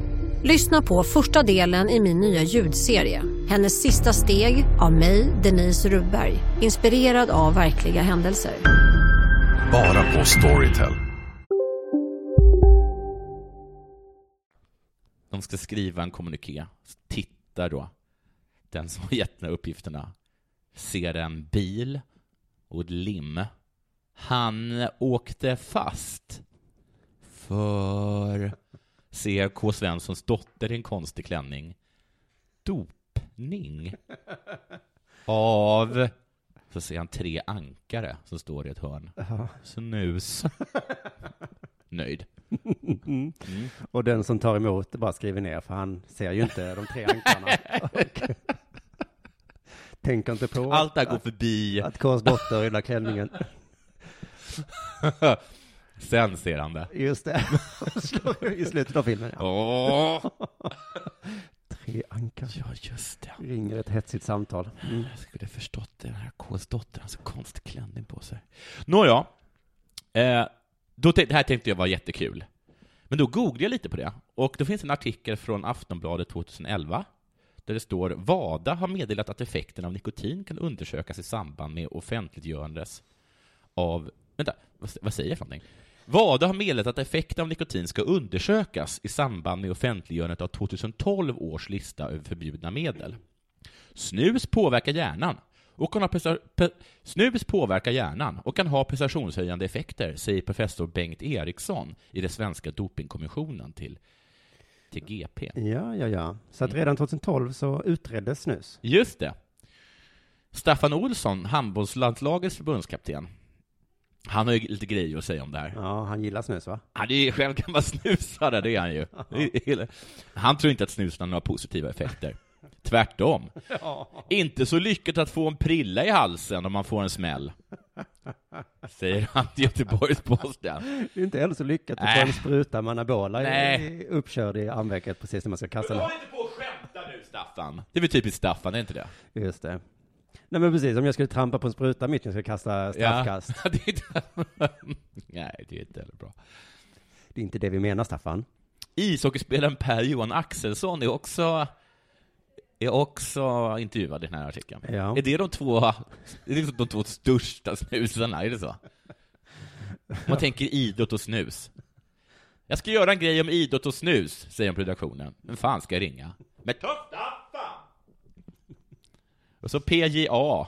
Speaker 14: Lyssna på första delen i min nya ljudserie. Hennes sista steg av mig, Denise Rubberg. Inspirerad av verkliga händelser.
Speaker 15: Bara på Storytel.
Speaker 7: De ska skriva en kommuniké. Tittar då. Den som har gett de här uppgifterna ser en bil och ett lim. Han åkte fast för ser K. Svenssons dotter i en konstig klänning. Dopning av så ser han tre ankare som står i ett hörn.
Speaker 8: Ja.
Speaker 7: Snus. Nöjd.
Speaker 8: Mm. Och den som tar emot bara skriver ner, för han ser ju inte de tre ankarna. Och Tänker inte på
Speaker 7: Allt det här går förbi.
Speaker 8: att Kås dotter rullar klänningen.
Speaker 7: Sen ser han det.
Speaker 8: Just det, Slår i slutet av filmen. Ja.
Speaker 7: Åh.
Speaker 8: Tre ankar.
Speaker 7: Ja, just det.
Speaker 8: Ringer ett hetsigt samtal. Mm.
Speaker 7: Jag skulle förstått det, den här Ks dotter, han har så konstig klänning på sig. Nåja, eh, då t- det här tänkte jag var jättekul. Men då googlade jag lite på det, och då finns en artikel från Aftonbladet 2011, där det står ”Vada har meddelat att effekten av nikotin kan undersökas i samband med offentliggörandes av...” Vänta, vad, s- vad säger jag för någonting? Vada har meddelat att effekten av nikotin ska undersökas i samband med offentliggörandet av 2012 års lista över förbjudna medel. Snus påverkar hjärnan och kan ha presta- pe- Snus påverkar hjärnan och kan ha prestationshöjande effekter, säger professor Bengt Eriksson i den svenska dopingkommissionen till, till GP.
Speaker 8: Ja, ja, ja. Så att redan 2012 så utreddes snus.
Speaker 7: Just det. Staffan Olsson, handbollslandslagets förbundskapten, han har ju lite grejer att säga om det här.
Speaker 8: Ja, han gillar snus va?
Speaker 7: Han är ju själv gammal snusare, det är han ju. Han tror inte att snusen har några positiva effekter. Tvärtom. Inte så lyckat att få en prilla i halsen om man får en smäll. Säger han till Göteborgs-Posten.
Speaker 8: Det är inte heller så lyckat att
Speaker 7: Nej.
Speaker 8: få en spruta med anabola i-
Speaker 7: Nej.
Speaker 8: i- uppkörd i armvecket precis när man ska kasta den.
Speaker 7: inte på att skämta nu, Staffan. Det är väl typiskt Staffan, är inte det?
Speaker 8: Just det. Nej men precis, om jag skulle trampa på en spruta mitt när jag ska kasta straffkast.
Speaker 7: Ja. det är inte... Nej, det är inte heller bra.
Speaker 8: Det är inte det vi menar Staffan.
Speaker 7: Ishockeyspelaren Per-Johan Axelsson är också, är också intervjuad i den här artikeln.
Speaker 8: Ja.
Speaker 7: Är det de två, är det liksom de två största snusarna? Är det så? Om man tänker idrott och snus. Jag ska göra en grej om idrott och snus, säger de på redaktionen. Men fan ska jag ringa? Men tufft afton! Och så PJA.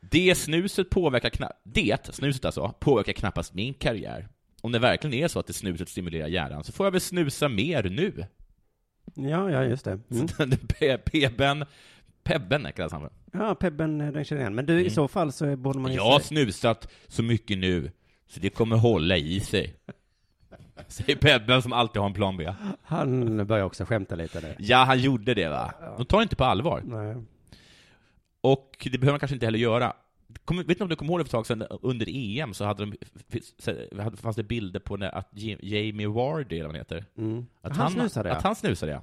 Speaker 7: Det snuset påverkar knappt, det snuset alltså, påverkar knappast min karriär. Om det verkligen är så att det snuset stimulerar hjärnan så får jag väl snusa mer nu.
Speaker 8: Ja, ja just det. Mm.
Speaker 7: Pe- Peben, Pebben kallas han för. Mm.
Speaker 8: Ja, Pebben eh, den känner jag igen. Men du i så fall så borde man ju...
Speaker 7: Jag har
Speaker 8: se-
Speaker 7: snusat så mycket nu Så det kommer hålla i sig. Säger Pebben som alltid har en plan B.
Speaker 8: Han börjar också skämta lite nu.
Speaker 7: Ja, han gjorde det va? De tar inte på allvar.
Speaker 8: Nej.
Speaker 7: Och det behöver man kanske inte heller göra. Kom, vet ni om du kommer ihåg det för ett tag sedan, under EM så hade de, hade- fanns det bilder på när, att Jim- Jamie Wardy, eller vad han heter,
Speaker 8: Mm.
Speaker 7: att,
Speaker 8: Han snusade, ja.
Speaker 7: att han snusade, ja.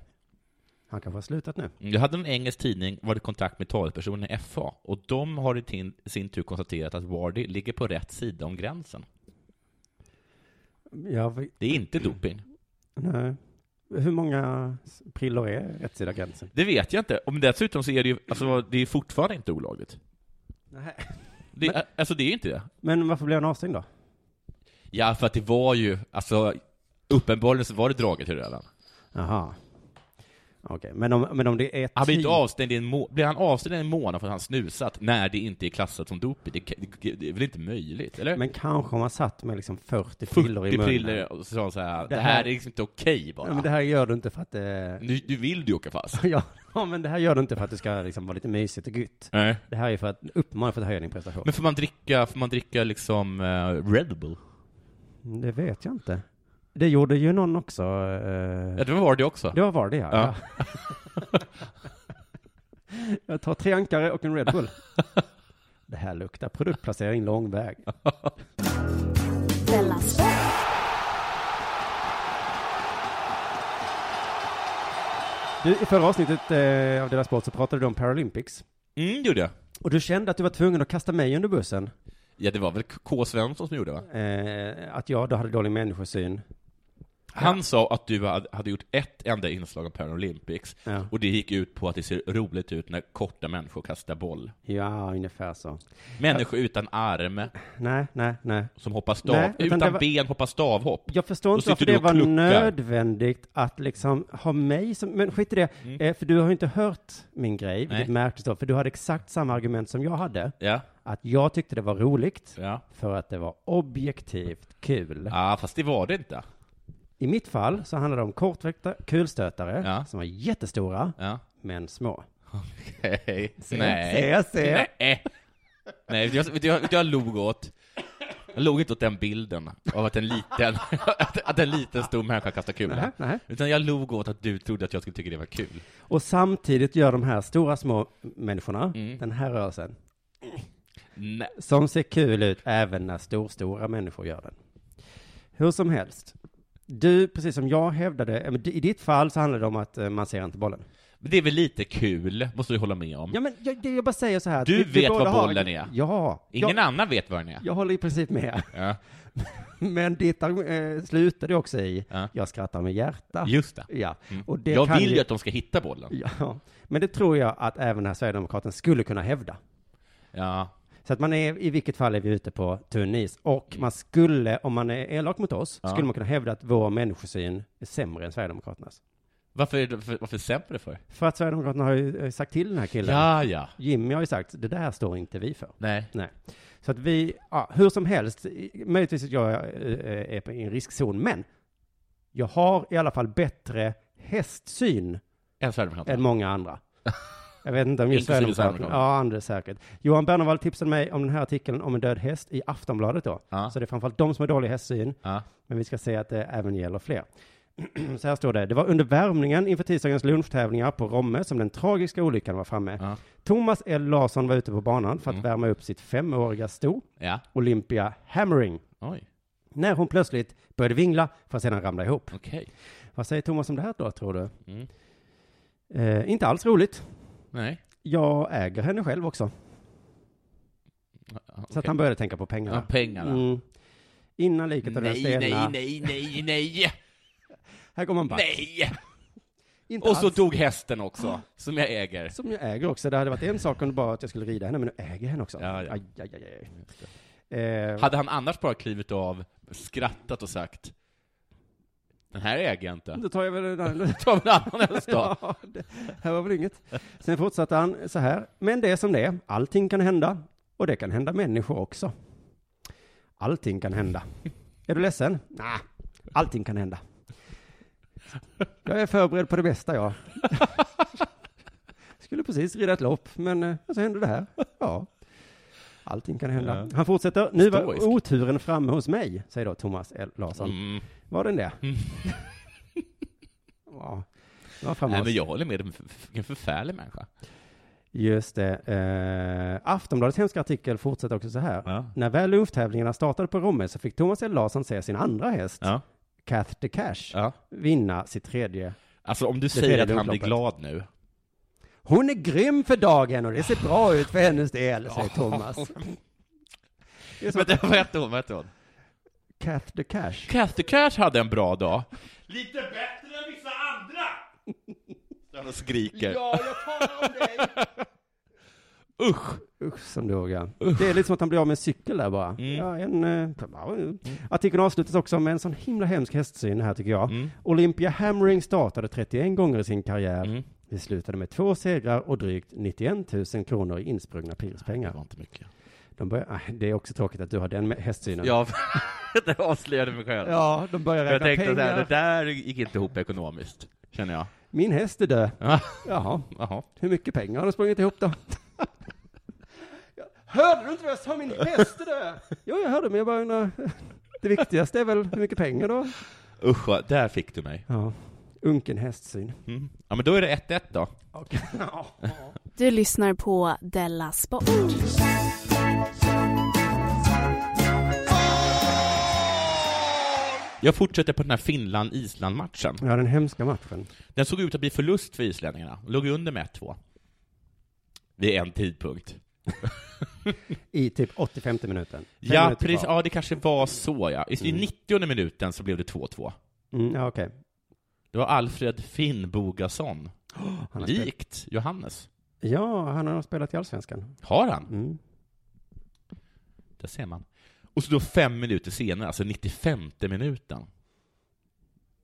Speaker 8: Han kanske har slutat nu.
Speaker 7: Mm, Jag hade en engelsk tidning varit i kontakt med talespersonen i FA, och de har i tin- sin tur konstaterat att Wardy ligger på rätt sida om gränsen.
Speaker 8: Ja, vi-
Speaker 7: Det är inte doping.
Speaker 8: nej. Hur många s- prillor är rätt sida gränsen?
Speaker 7: Det vet jag inte. Om dessutom så är det ju, alltså det är fortfarande inte olagligt.
Speaker 8: Nej.
Speaker 7: Det, alltså det är inte det.
Speaker 8: Men varför blev han avstängd då?
Speaker 7: Ja, för att det var ju, alltså uppenbarligen så var det draget redan.
Speaker 8: Jaha. Okej, men, om, men om det är typ-
Speaker 7: Han blir
Speaker 8: tid...
Speaker 7: inte avstängd i en må- blir han avstängd i en månad för att han snusat när det inte är klassat som doping? Det, ka- det, det är väl inte möjligt, eller?
Speaker 8: Men kanske om man satt med liksom 40 prillor i
Speaker 7: 40
Speaker 8: munnen.
Speaker 7: priller och så sa han så här, det här är liksom inte okej bara.
Speaker 8: Ja, men det här gör du inte för att det...
Speaker 7: nu, nu vill du ju åka fast.
Speaker 8: Ja, ja, men det här gör du inte för att du ska liksom vara lite mysigt och gött.
Speaker 7: Nej.
Speaker 8: Det här är för att uppmana för att höja din prestation.
Speaker 7: Men får man dricka, får man dricka liksom eh, Red Bull?
Speaker 8: Mm, Det vet jag inte. Det gjorde ju någon också.
Speaker 7: Ja,
Speaker 8: Eh...
Speaker 7: det var det också.
Speaker 8: Det var var det, ja.
Speaker 7: Ja.
Speaker 8: jag tar tre ankare och en Red Bull. det här luktar produktplacering lång väg.
Speaker 9: Della Sport.
Speaker 8: Du, I förra avsnittet eh, av Dela Sport så pratade du om Paralympics.
Speaker 7: Mm, det gjorde jag.
Speaker 8: Och du kände att du var tvungen att kasta mig under bussen.
Speaker 7: Ja, det var väl K. Svensson som gjorde det, va?
Speaker 8: Eh, att jag då hade dålig människosyn.
Speaker 7: Han sa att du hade hade gjort ett enda inslag om Paralympics,
Speaker 8: Ja.
Speaker 7: och det gick ut på att det ser roligt ut när korta människor kastar boll.
Speaker 8: Ja, ungefär så.
Speaker 7: Människor utan arm,
Speaker 8: Nej, nej, nej.
Speaker 7: som hoppar stav,
Speaker 8: Nej, utan det
Speaker 7: utan
Speaker 8: var-
Speaker 7: ben hoppar stavhopp.
Speaker 8: Jag förstår
Speaker 7: Då
Speaker 8: inte
Speaker 7: sitter
Speaker 8: varför
Speaker 7: du
Speaker 8: det
Speaker 7: och
Speaker 8: var
Speaker 7: kluckar.
Speaker 8: nödvändigt att liksom ha mig som, men skit i det,
Speaker 7: Mm.
Speaker 8: eh, för du har ju inte hört min grej, vilket
Speaker 7: Nej.
Speaker 8: märktes då, för du hade exakt samma argument som jag hade,
Speaker 7: Ja.
Speaker 8: att jag tyckte det var roligt,
Speaker 7: Ja.
Speaker 8: för att det var objektivt kul.
Speaker 7: ja, fast det var det inte.
Speaker 8: I mitt fall så handlade det om kortväckta kulstötare,
Speaker 7: Ja.
Speaker 8: som var jättestora,
Speaker 7: Ja.
Speaker 8: men små.
Speaker 7: Hej.
Speaker 8: Se,
Speaker 7: Nej.
Speaker 8: se, se.
Speaker 7: Nej. Nej, vet du, jag, vet du, jag, vet du, jag log åt. Jag log inte åt den bilden av att en liten, att, att en liten stor människa kastar kula.
Speaker 8: Nej, nej.
Speaker 7: Utan jag log åt att du trodde att jag skulle tycka det var kul.
Speaker 8: Och samtidigt gör de här stora små människorna,
Speaker 7: Mm.
Speaker 8: den här rörelsen,
Speaker 7: Nej.
Speaker 8: Som ser kul ut även när storstora människor gör den. Hur som helst. Du, precis som jag hävdade, eh, men i ditt fall så handlar det om att eh, man ser inte bollen.
Speaker 7: Men det är väl lite kul, måste du hålla med om.
Speaker 8: Ja men jag, det- jag bara säger så här. att
Speaker 7: Du
Speaker 8: vi- vi
Speaker 7: vet
Speaker 8: båda
Speaker 7: vad
Speaker 8: har-
Speaker 7: bollen är.
Speaker 8: Ja.
Speaker 7: Ingen
Speaker 8: jag,
Speaker 7: annan vet vad den är.
Speaker 8: jag håller i princip med.
Speaker 7: Ja.
Speaker 8: Men ditt äh, slutade också i,
Speaker 7: Ja.
Speaker 8: jag skrattar med hjärta.
Speaker 7: Just det.
Speaker 8: Ja.
Speaker 7: Mm.
Speaker 8: Och det
Speaker 7: jag
Speaker 8: kan
Speaker 7: vill
Speaker 8: ju-
Speaker 7: ju att de ska hitta bollen.
Speaker 8: Ja. Men det tror jag att även den här Sverigedemokraten skulle kunna hävda.
Speaker 7: Ja.
Speaker 8: Så att man är, i vilket fall är vi ute på tunn is. Och man skulle, om man är elak mot oss,
Speaker 7: Mm. Ja.
Speaker 8: skulle man kunna hävda att vår människosyn är sämre än Sverigedemokraternas.
Speaker 7: Varför, är det- varför, varför sämre för?
Speaker 8: För att Sverigedemokraterna har ju eh, sagt till den här killen.
Speaker 7: Ja, ja.
Speaker 8: Jimmy har ju sagt, det där står inte vi för.
Speaker 7: Nej.
Speaker 8: Nej. Så att vi, ja, hur som helst, i- möjligtvis att jag eh, är på- i en riskzon, men jag har i alla fall bättre hästsyn
Speaker 7: En sverigedemokrat.
Speaker 8: än många andra. Jag vet inte om just
Speaker 7: Inklusive
Speaker 8: Sverigedemokraterna. Ja, andra säkert. Johan Bernervall tipsade mig om den här artikeln om en död häst i Aftonbladet då.
Speaker 7: Ja.
Speaker 8: Så det är framförallt de som har dålig hästsyn,
Speaker 7: Ja.
Speaker 8: men vi ska se att det även gäller fler. Så här står det. Det var under värmningen inför tisdagens lunchtävlingar på Romme som den tragiska olyckan var framme.
Speaker 7: Ja. Mm.
Speaker 8: Thomas L. Larsson var ute på banan för att värma upp sitt femåriga sto,
Speaker 7: Ja.
Speaker 8: Olympia Hammering,
Speaker 7: Oj.
Speaker 8: när hon plötsligt började vingla för att sedan ramla ihop.
Speaker 7: Okej.
Speaker 8: Vad säger Thomas om det här då, tror du?
Speaker 7: Mm.
Speaker 8: Eh, inte alls roligt.
Speaker 7: Nej.
Speaker 8: Jag äger henne själv också. Så att
Speaker 7: Okej.
Speaker 8: han började tänka på pengarna.
Speaker 7: Ja, pengarna.
Speaker 8: Mm. Innan liket av den
Speaker 7: Nej, nej,
Speaker 8: stelna.
Speaker 7: nej, nej, nej,
Speaker 8: Här går man back.
Speaker 7: nej! Alltså-
Speaker 8: Inte
Speaker 7: Och så
Speaker 8: alls.
Speaker 7: dog hästen också, som jag äger.
Speaker 8: Som jag äger också. Det hade varit en sak om det bara att jag skulle rida henne, men nu äger jag henne också.
Speaker 7: Ja, ja.
Speaker 8: Aj, aj, aj, aj. Eh,
Speaker 7: Hade han annars bara klivit av, skrattat och sagt Den här äger jag inte.
Speaker 8: Då tar jag väl en annan.
Speaker 7: Ta en annan häst då.
Speaker 8: ja, det här var väl inget. Sen fortsatte han så här. Men det är som det är. Allting kan hända. Och det kan hända människor också. Allting kan hända. Är du ledsen? Nej, allting kan hända. Jag är förberedd på det bästa, jag. Skulle precis rida ett lopp, men eh, så hände det här. Ja. Allting kan hända. Han fortsätter. Nu var oturen framme hos mig, säger då Thomas L. Larsson.
Speaker 7: Mm.
Speaker 8: Var den det? ja. Den var framme
Speaker 7: Nej,
Speaker 8: hos-
Speaker 7: men jag håller med. Vilken f- vilken förfärlig människa.
Speaker 8: Just det. Eh, Aftonbladets hemska artikel fortsätter också så här. När väl lufttävlingarna startade på Romme så fick Thomas L. Larsson se sin andra häst, Cath the Cash, vinna sitt tredje.
Speaker 7: Alltså om
Speaker 8: det
Speaker 7: du
Speaker 8: tredje
Speaker 7: säger att han blir
Speaker 8: upploppet.
Speaker 7: glad nu.
Speaker 8: Hon är grym för dagen och det ser bra ut för hennes del, säger Thomas.
Speaker 7: Vänta, vad hette hon? Vad hette hon?
Speaker 8: Cath the Cash.
Speaker 7: Cathy Cash hade en bra dag.
Speaker 10: Lite bättre än vissa andra!
Speaker 7: Där hon skriker.
Speaker 10: Ja, jag talar om dig!
Speaker 7: Usch!
Speaker 8: Usch som dog, ja. Det är lite som att han blir av med en cykel där bara.
Speaker 7: Mm.
Speaker 8: Ja, en, eh, ja, eh. Artikeln avslutas också med en sån himla hemsk hästsyn här tycker jag.
Speaker 7: Mm.
Speaker 8: Olympia Hammering startade 31 gånger i sin karriär.
Speaker 7: Mm.
Speaker 8: Vi slutade med två segrar och drygt 91 000 kronor i insprungna pirspengar. Det var
Speaker 7: inte mycket.
Speaker 8: De börjar, ah, det är också tråkigt att du har den med hästsynen.
Speaker 7: Ja, det avslöjade mig själv.
Speaker 8: Ja, de börjar
Speaker 7: Jag
Speaker 8: räkna
Speaker 7: tänkte så här,
Speaker 8: pengar.
Speaker 7: det där gick inte ihop ekonomiskt, känner jag.
Speaker 8: Min häst är död. Jaha.
Speaker 7: Jaha.
Speaker 8: Hur mycket pengar har de sprungit ihop då? Hörde du inte vad jag sa? Min häst är död! Jo, jag hörde, men jag bara undrar. Det viktigaste är väl hur mycket pengar då?
Speaker 7: Usch, vad- där fick du mig.
Speaker 8: Ja. Unken hästsyn.
Speaker 7: Mm. Ja, men då är det 1-1 då.
Speaker 9: Du lyssnar på Della Sport.
Speaker 7: Jag fortsätter på den här Finland-Island-matchen.
Speaker 8: Ja, den hemska matchen.
Speaker 7: Den såg ut att bli förlust för islänningarna. Låg under med 1-2. Vid en tidpunkt.
Speaker 8: I typ 85 minuten. Fem
Speaker 7: Ja,
Speaker 8: minuter
Speaker 7: precis.
Speaker 8: kvar.
Speaker 7: Ja, det kanske var så, ja. I i
Speaker 8: Mm.
Speaker 7: 90 minuten så blev det 2-2.
Speaker 8: Mm, ja, okej.
Speaker 7: Det var Alfred Finnbogason.
Speaker 8: han har
Speaker 7: Likt Johannes.
Speaker 8: Ja, han har nog spelat i Allsvenskan.
Speaker 7: Har han?
Speaker 8: Mm.
Speaker 7: Där ser man. Och så då fem minuter senare, alltså 95 minuten.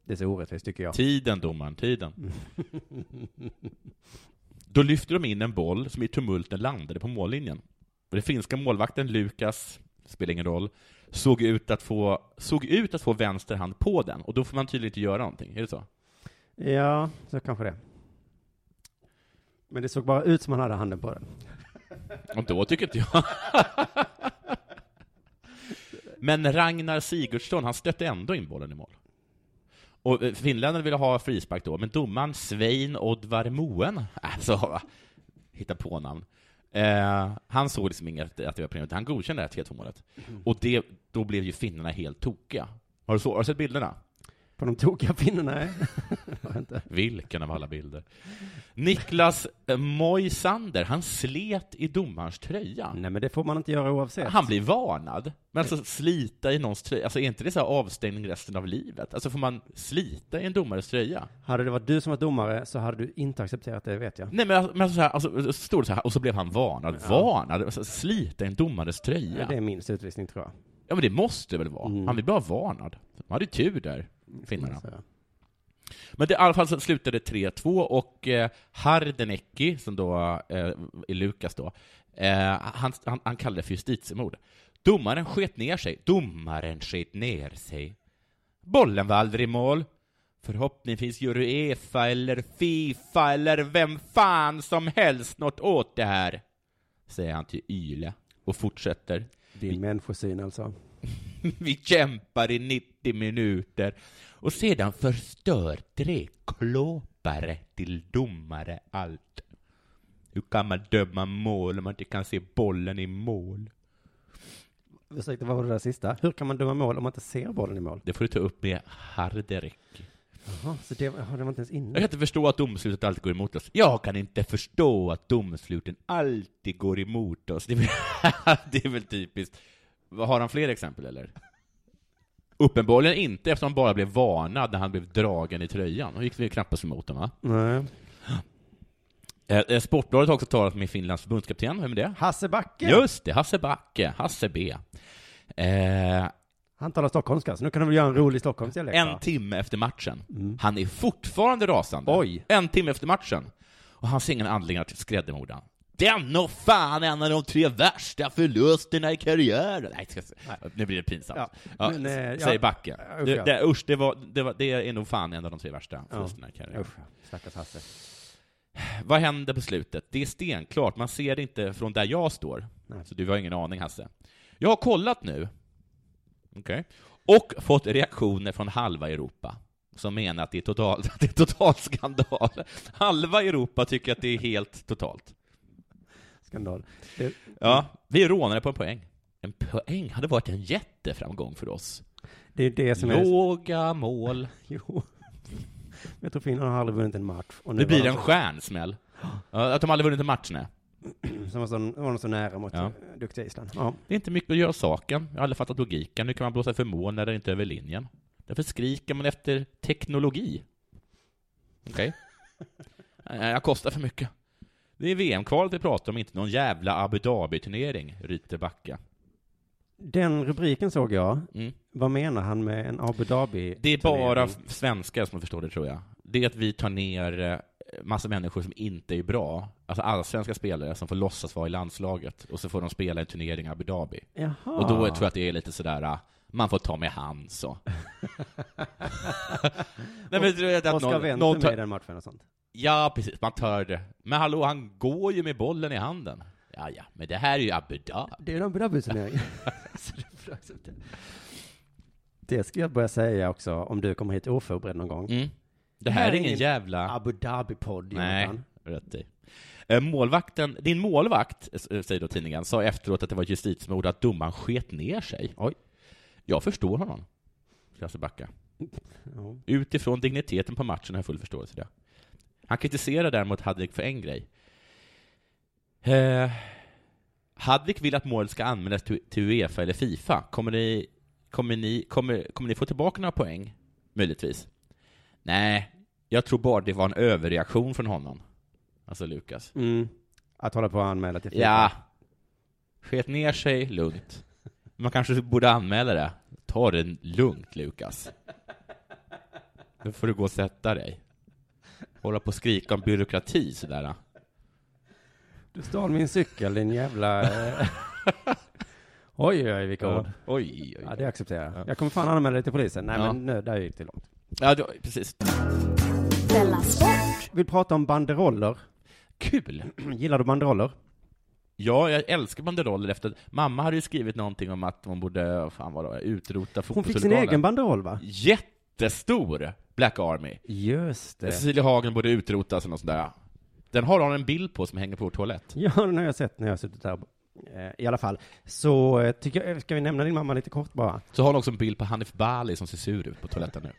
Speaker 8: Det är så orättvist tycker jag.
Speaker 7: Tiden, domaren, tiden. Då lyfter de in en boll som i tumulten landade på mållinjen. Och den finska målvakten Lukas, spelar ingen roll, såg ut att få, såg ut att få vänster hand på den. Och då får man tydligen inte göra någonting, är det så?
Speaker 8: Ja, så kanske det. Men det såg bara ut som han hade handen på den.
Speaker 7: Och då tycker inte jag... Men Ragnar Sigurdsson, han stötte ändå in bollen i mål. Och eh, finländarna ville ha frispark då, men domaren Svein Oddvar Moen, alltså, va? hitta på namn, eh, han såg liksom inget att det var premiär, han godkände det här 3-2 målet. Och det, då blev ju finnarna helt tokiga. Har du, så, har du sett bilderna?
Speaker 8: På de tokiga pinnarna, nej. Det var inte.
Speaker 7: Vilken av alla bilder? Niklas eh, Moisander, han slet i domarens tröja.
Speaker 8: Nej, men det får man inte göra oavsett.
Speaker 7: Han blir varnad. Men alltså slita i någons tröja, alltså är inte det så här avstängning resten av livet? Alltså får man slita i en domares tröja?
Speaker 8: Hade det varit du som var domare så hade du inte accepterat det, vet jag.
Speaker 7: Nej men, alltså- men alltså så här, alltså, så stod det så här, och så blev han varnad. Varnad? Alltså, slita i en domares tröja?
Speaker 8: Det är minst utvisning, tror jag.
Speaker 7: Ja men det måste det väl vara? Han blev bara varnad. De hade ju tur där, finnarna.
Speaker 8: Så, ja.
Speaker 7: Men det, i alla fall så slutade det 3-2 och eh, Hardenecki, som då eh, är Lukas då, eh, han, han, han kallade det för justitiemord. Domaren sket ner sig. Domaren sket ner sig. Bollen var aldrig i mål. Förhoppningsvis gör Uefa eller Fifa eller vem fan som helst något åt det här, säger han till Yle och fortsätter.
Speaker 8: Din människosyn, alltså.
Speaker 7: Vi kämpar i 90 minuter och sedan förstör tre klåpare till domare allt. Hur kan man döma mål om man inte kan se bollen i mål?
Speaker 8: Ursäkta, vad var det där sista? Hur kan man döma mål om man inte ser bollen i mål?
Speaker 7: Det får du ta upp med Harderek.
Speaker 8: Jaha, så det, jaha, det var inte ens
Speaker 7: Jag kan
Speaker 8: inne.
Speaker 7: inte förstå att domslutet alltid går emot oss. Jag kan inte förstå att domsluten alltid går emot oss. Det är väl, det är väl typiskt. Vad, Har han fler exempel eller? Uppenbarligen inte, eftersom han bara blev varnad när han blev dragen i tröjan. Då gick vi ju knappast emot honom, va?
Speaker 8: Nej.
Speaker 7: Eh, eh, Sportbladet har också talat med Finlands förbundskapten. Vem är det?
Speaker 8: Hasse Backe!
Speaker 7: Just det, Hasse Backe. Hasse B. Eh,
Speaker 8: Han talar stockholmska, så nu kan de väl göra en rolig stockholmsdialekt?
Speaker 7: en
Speaker 8: va?
Speaker 7: timme efter matchen. Han är fortfarande rasande.
Speaker 8: Mm. Oj.
Speaker 7: En timme efter matchen. Och han ser ingen anledning att skräddemorda. Den och fan en av de tre värsta förlusterna i karriären. Nej, ska, nu blir det pinsamt.
Speaker 8: Ja,
Speaker 7: Ja,
Speaker 8: men, eh,
Speaker 7: s-
Speaker 8: ja.
Speaker 7: säger Backe.
Speaker 8: Ja, usch,
Speaker 7: Det,
Speaker 8: ja.
Speaker 7: det, usch, det, var, det, var, det är nog fan en av de tre värsta förlusterna i karriären.
Speaker 8: Usch, stackars Hasse.
Speaker 7: Vad händer på slutet? Det är stenklart, man ser det inte från där jag står. Så du har ingen aning, Hasse. Jag har kollat nu. Okej. Och fått reaktioner från halva Europa som menar att det är total, att det är total skandal. Halva Europa tycker att det är helt totalt.
Speaker 8: Skandal.
Speaker 7: Ja, vi är rånade på en poäng. En poäng hade varit en jätteframgång för oss.
Speaker 8: Det är det som är...
Speaker 7: Låga mål.
Speaker 8: Jo. Jag tror Finland har aldrig vunnit en match. Och
Speaker 7: Nu blir det en
Speaker 8: var
Speaker 7: stjärnsmäll. Ja, Att de aldrig vunnit en match, nej.
Speaker 8: de- Som var så, var de så nära mot
Speaker 7: Ja.
Speaker 8: eh, duktiga Island. Ja.
Speaker 7: Det är inte mycket att göra saken. Jag har aldrig fattat logiken. Nu kan man blåsa för mål när det inte är över linjen. Därför skriker man efter teknologi. Okej? Nej, Jag kostar för mycket. Det är VM-kvalet vi pratar om, inte någon jävla Abu Dhabi-turnering, ryter Backa. Mm.
Speaker 8: Den rubriken såg jag. Vad menar han med en Abu Dhabi?
Speaker 7: Det är bara svenskar som förstår det, tror jag. Det är att vi tar ner eh, massa människor som inte är bra, alltså allsvenska spelare som får låtsas vara i landslaget, och så får de spela i en turnering i Abu Dhabi.
Speaker 8: Jaha.
Speaker 7: Och då tror jag att det är lite sådär, ah, man får ta med hand så. Nej, men tror jag att
Speaker 8: Oscar
Speaker 7: någon-
Speaker 8: Wendt
Speaker 7: någon
Speaker 8: är
Speaker 7: tar-
Speaker 8: med i den matchen och sånt.
Speaker 7: Ja, precis, man tar det. Men hallå, han går ju med bollen i handen. Ja, ja, men det här är ju Abu Dhabi.
Speaker 8: Det är en Abu Dhabi-turnering. Så det får du acceptera. Det ska jag börja säga också om du kommer hit oförberedd någon gång.
Speaker 7: Mm. Det här är ingen jävla-
Speaker 8: Abu Dhabi-podd,
Speaker 7: Nej,
Speaker 8: Jonathan.
Speaker 7: rätt i. Eh, Målvakten, din målvakt, eh, säger då tidningen, sa efteråt att det var ett justitiemord och att domaren sket ner sig. Oj. Jag förstår honom, ska jag backa.
Speaker 8: Ja.
Speaker 7: Utifrån digniteten på matchen har jag full förståelse för det. Han kritiserar däremot Hadrik för en grej. Eh, Hadrik vill att målet ska användas till till Uefa eller Fifa. Kommer ni, kommer ni, kommer, kommer ni få tillbaka några poäng? Möjligtvis. Nej, jag tror bara det var en överreaktion från honom. Alltså Lukas.
Speaker 8: Mm. Att hålla på och anmäla till
Speaker 7: Ja. Sket ner sig lugnt. Man kanske borde anmäla det. Ta det lugnt, Lukas. Nu får du gå och sätta dig. Hålla på och skrika om byråkrati sådär.
Speaker 8: Du stal min cykel, din jävla... eh. oj, oj, vilka
Speaker 7: Ja.
Speaker 8: ord.
Speaker 7: Oj, oj.
Speaker 8: Ja, det accepterar jag. Jag kommer fan anmäla dig till polisen. Nej,
Speaker 7: Ja.
Speaker 8: men nu, där gick det långt.
Speaker 7: Ja, det, precis.
Speaker 8: Vill prata om banderoller.
Speaker 7: Kul!
Speaker 8: Gillar du banderoller?
Speaker 7: Ja, jag älskar banderoller efter att mamma hade ju skrivit någonting om att man borde, vad fan vad det var, utrota
Speaker 8: Hon fick sin egen banderoll, va?
Speaker 7: Jättestor Black Army.
Speaker 8: Just det.
Speaker 7: Cecilia Hagen borde utrotas eller något sånt där. Den har hon en bild på som hänger på vår toalett.
Speaker 8: Ja, den har jag sett när jag har suttit här. Eh, I alla fall. Så eh, tycker jag, ska vi nämna din mamma lite kort bara?
Speaker 7: Så har hon också en bild på Hanif Bali som ser sur ut på toaletten nu.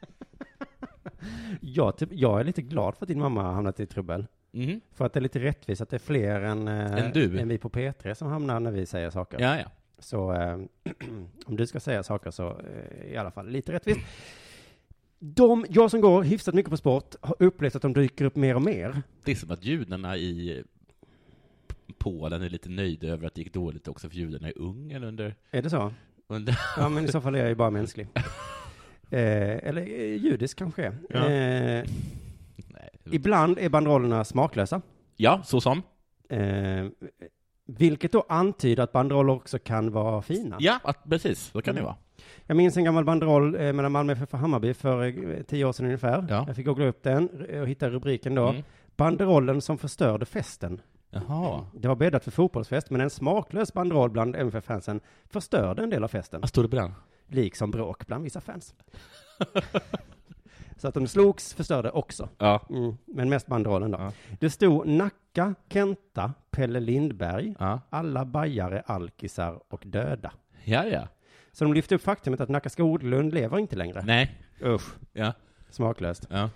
Speaker 8: Jag, typ, jag är lite glad för att din mamma har hamnat i trubbel.
Speaker 7: Mhm.
Speaker 8: För att det är lite rättvist att det är fler än, eh,
Speaker 7: Än du.
Speaker 8: än vi på P3 som hamnar när vi säger saker.
Speaker 7: Ja, ja.
Speaker 8: Så eh, om du ska säga saker så eh, i alla fall lite rättvist. De, jag som går hyfsat mycket på sport har upplevt att de dyker upp mer och mer.
Speaker 7: Det är som att judarna i Polen är lite nöjda över att det gick dåligt också för judarna i Ungern under...
Speaker 8: Är det så?
Speaker 7: under...
Speaker 8: Ja, men i så fall är jag ju bara mänsklig. Eh, eller eh, judisk kanske.
Speaker 7: Ja.
Speaker 8: Eh, ibland är banderollerna smaklösa.
Speaker 7: Ja, så som.
Speaker 8: Eh, vilket då antyder att banderoller också kan vara fina.
Speaker 7: Ja, att, precis. Så kan det vara.
Speaker 8: Jag minns en gammal banderoll eh, mellan Malmö FF och Hammarby för eh, tio år sedan ungefär. Jag fick googla upp den eh, och hitta rubriken då.
Speaker 7: Mm.
Speaker 8: Banderollen som förstörde festen.
Speaker 7: Jaha.
Speaker 8: Det var bäddat för fotbollsfest, men en smaklös banderoll bland MFF-fansen förstörde en del av festen. Vad
Speaker 7: stod det på den?
Speaker 8: Liksom bråk bland vissa fans. Så att de slogs förstörde också.
Speaker 7: Ja.
Speaker 8: Mm, men mest banderollen då. Det stod Nacka, Kenta, Pelle Lindberg, alla bajare, alkisar och döda.
Speaker 7: Ja, ja.
Speaker 8: Så de lyfte upp faktumet att Nacka Skoglund lever inte längre.
Speaker 7: Nej.
Speaker 8: Usch.
Speaker 7: Ja.
Speaker 8: Smaklöst.
Speaker 7: Ja.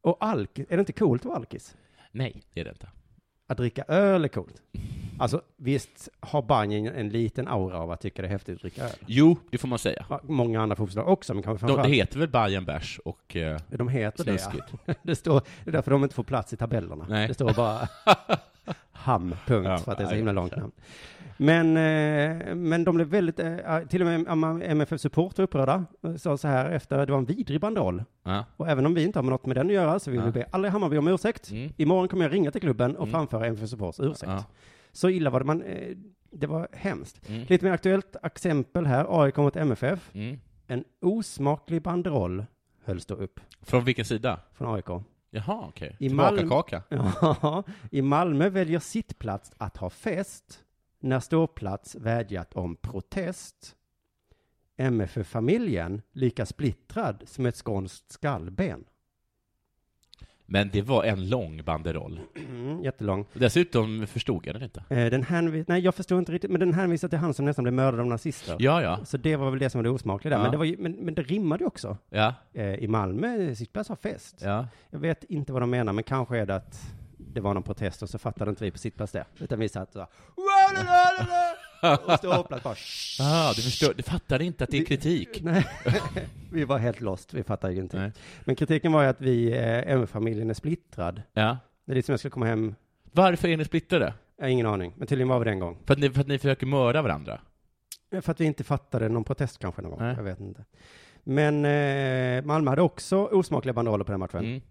Speaker 8: Och alkis, är det inte coolt att vara alkis?
Speaker 7: Nej, det är det inte.
Speaker 8: Att dricka öl är coolt. Alltså visst har Bajen en liten aura av att tycka det är häftigt att dricka öl.
Speaker 7: Jo, det får man säga.
Speaker 8: Många andra fotbollslag också, men kanske
Speaker 7: De,
Speaker 8: framförallt.
Speaker 7: det heter väl Bayern Bärs och eh,
Speaker 8: De heter det, ja.
Speaker 7: Snuskigt.
Speaker 8: det, står, det är därför de inte får plats i tabellerna.
Speaker 7: Nej.
Speaker 8: Det står bara ham, punkt,
Speaker 7: Ja,
Speaker 8: för att det är så
Speaker 7: ja,
Speaker 8: himla
Speaker 7: ja.
Speaker 8: långt namn. Men, eh, men de blev väldigt, eh, till och med MFF-support var upprörda, eh, sa så här efter, det var en vidrig banderoll.
Speaker 7: Ja.
Speaker 8: Och även om vi inte har med något med den att göra så vill vi be alla i Hammarby om ursäkt.
Speaker 7: Mm.
Speaker 8: Imorgon kommer jag ringa till klubben och framföra MFF Supports ursäkt. Så illa var det, man, eh, det var hemskt.
Speaker 7: Mm.
Speaker 8: Lite mer aktuellt exempel här, AIK mot MFF.
Speaker 7: Mm.
Speaker 8: En osmaklig banderoll hölls då upp
Speaker 7: Från vilken sida?
Speaker 8: från AIK.
Speaker 7: Jaha, okej.
Speaker 8: I Malm-
Speaker 7: Tillbaka-kaka.
Speaker 8: Ja, I Malmö väljer sittplats att ha fest när ståplats vädjat om protest. MFF-familjen lika splittrad som ett skånskt skallben.
Speaker 7: Men det var en lång banderoll.
Speaker 8: Mm, jättelång.
Speaker 7: Dessutom förstod jag den inte.
Speaker 8: Eh, Den hänvis- Nej, jag förstår inte riktigt, men den hänvisar till han som nästan blev mördad av nazister.
Speaker 7: Ja, ja.
Speaker 8: Så det var väl det som var det osmakliga där.
Speaker 7: Ja.
Speaker 8: Men, det var ju, men, men det rimmade ju också.
Speaker 7: Ja.
Speaker 8: Eh, I Malmö, sittplats har fest.
Speaker 7: Ja.
Speaker 8: Jag vet inte vad de menar, men kanske är det att det var någon protest och så fattade inte vi på sittplats det. Utan vi satt så här, och ståplats bara...
Speaker 7: Ah, du, förstår, du fattade inte att det är kritik?
Speaker 8: Nej, vi var helt lost, vi fattade ingenting. Men kritiken var ju att vi, eh, MF-familjen är splittrad.
Speaker 7: Ja.
Speaker 8: Det är lite som jag skulle komma hem...
Speaker 7: Varför är ni splittrade?
Speaker 8: Jag har ingen aning, men tydligen var vi det en gång.
Speaker 7: För att ni, för att ni försöker mörda varandra?
Speaker 8: Ja, För att vi inte fattade någon protest kanske någon gång, jag vet inte. Men eh, Malmö hade också osmakliga banderoller på den matchen.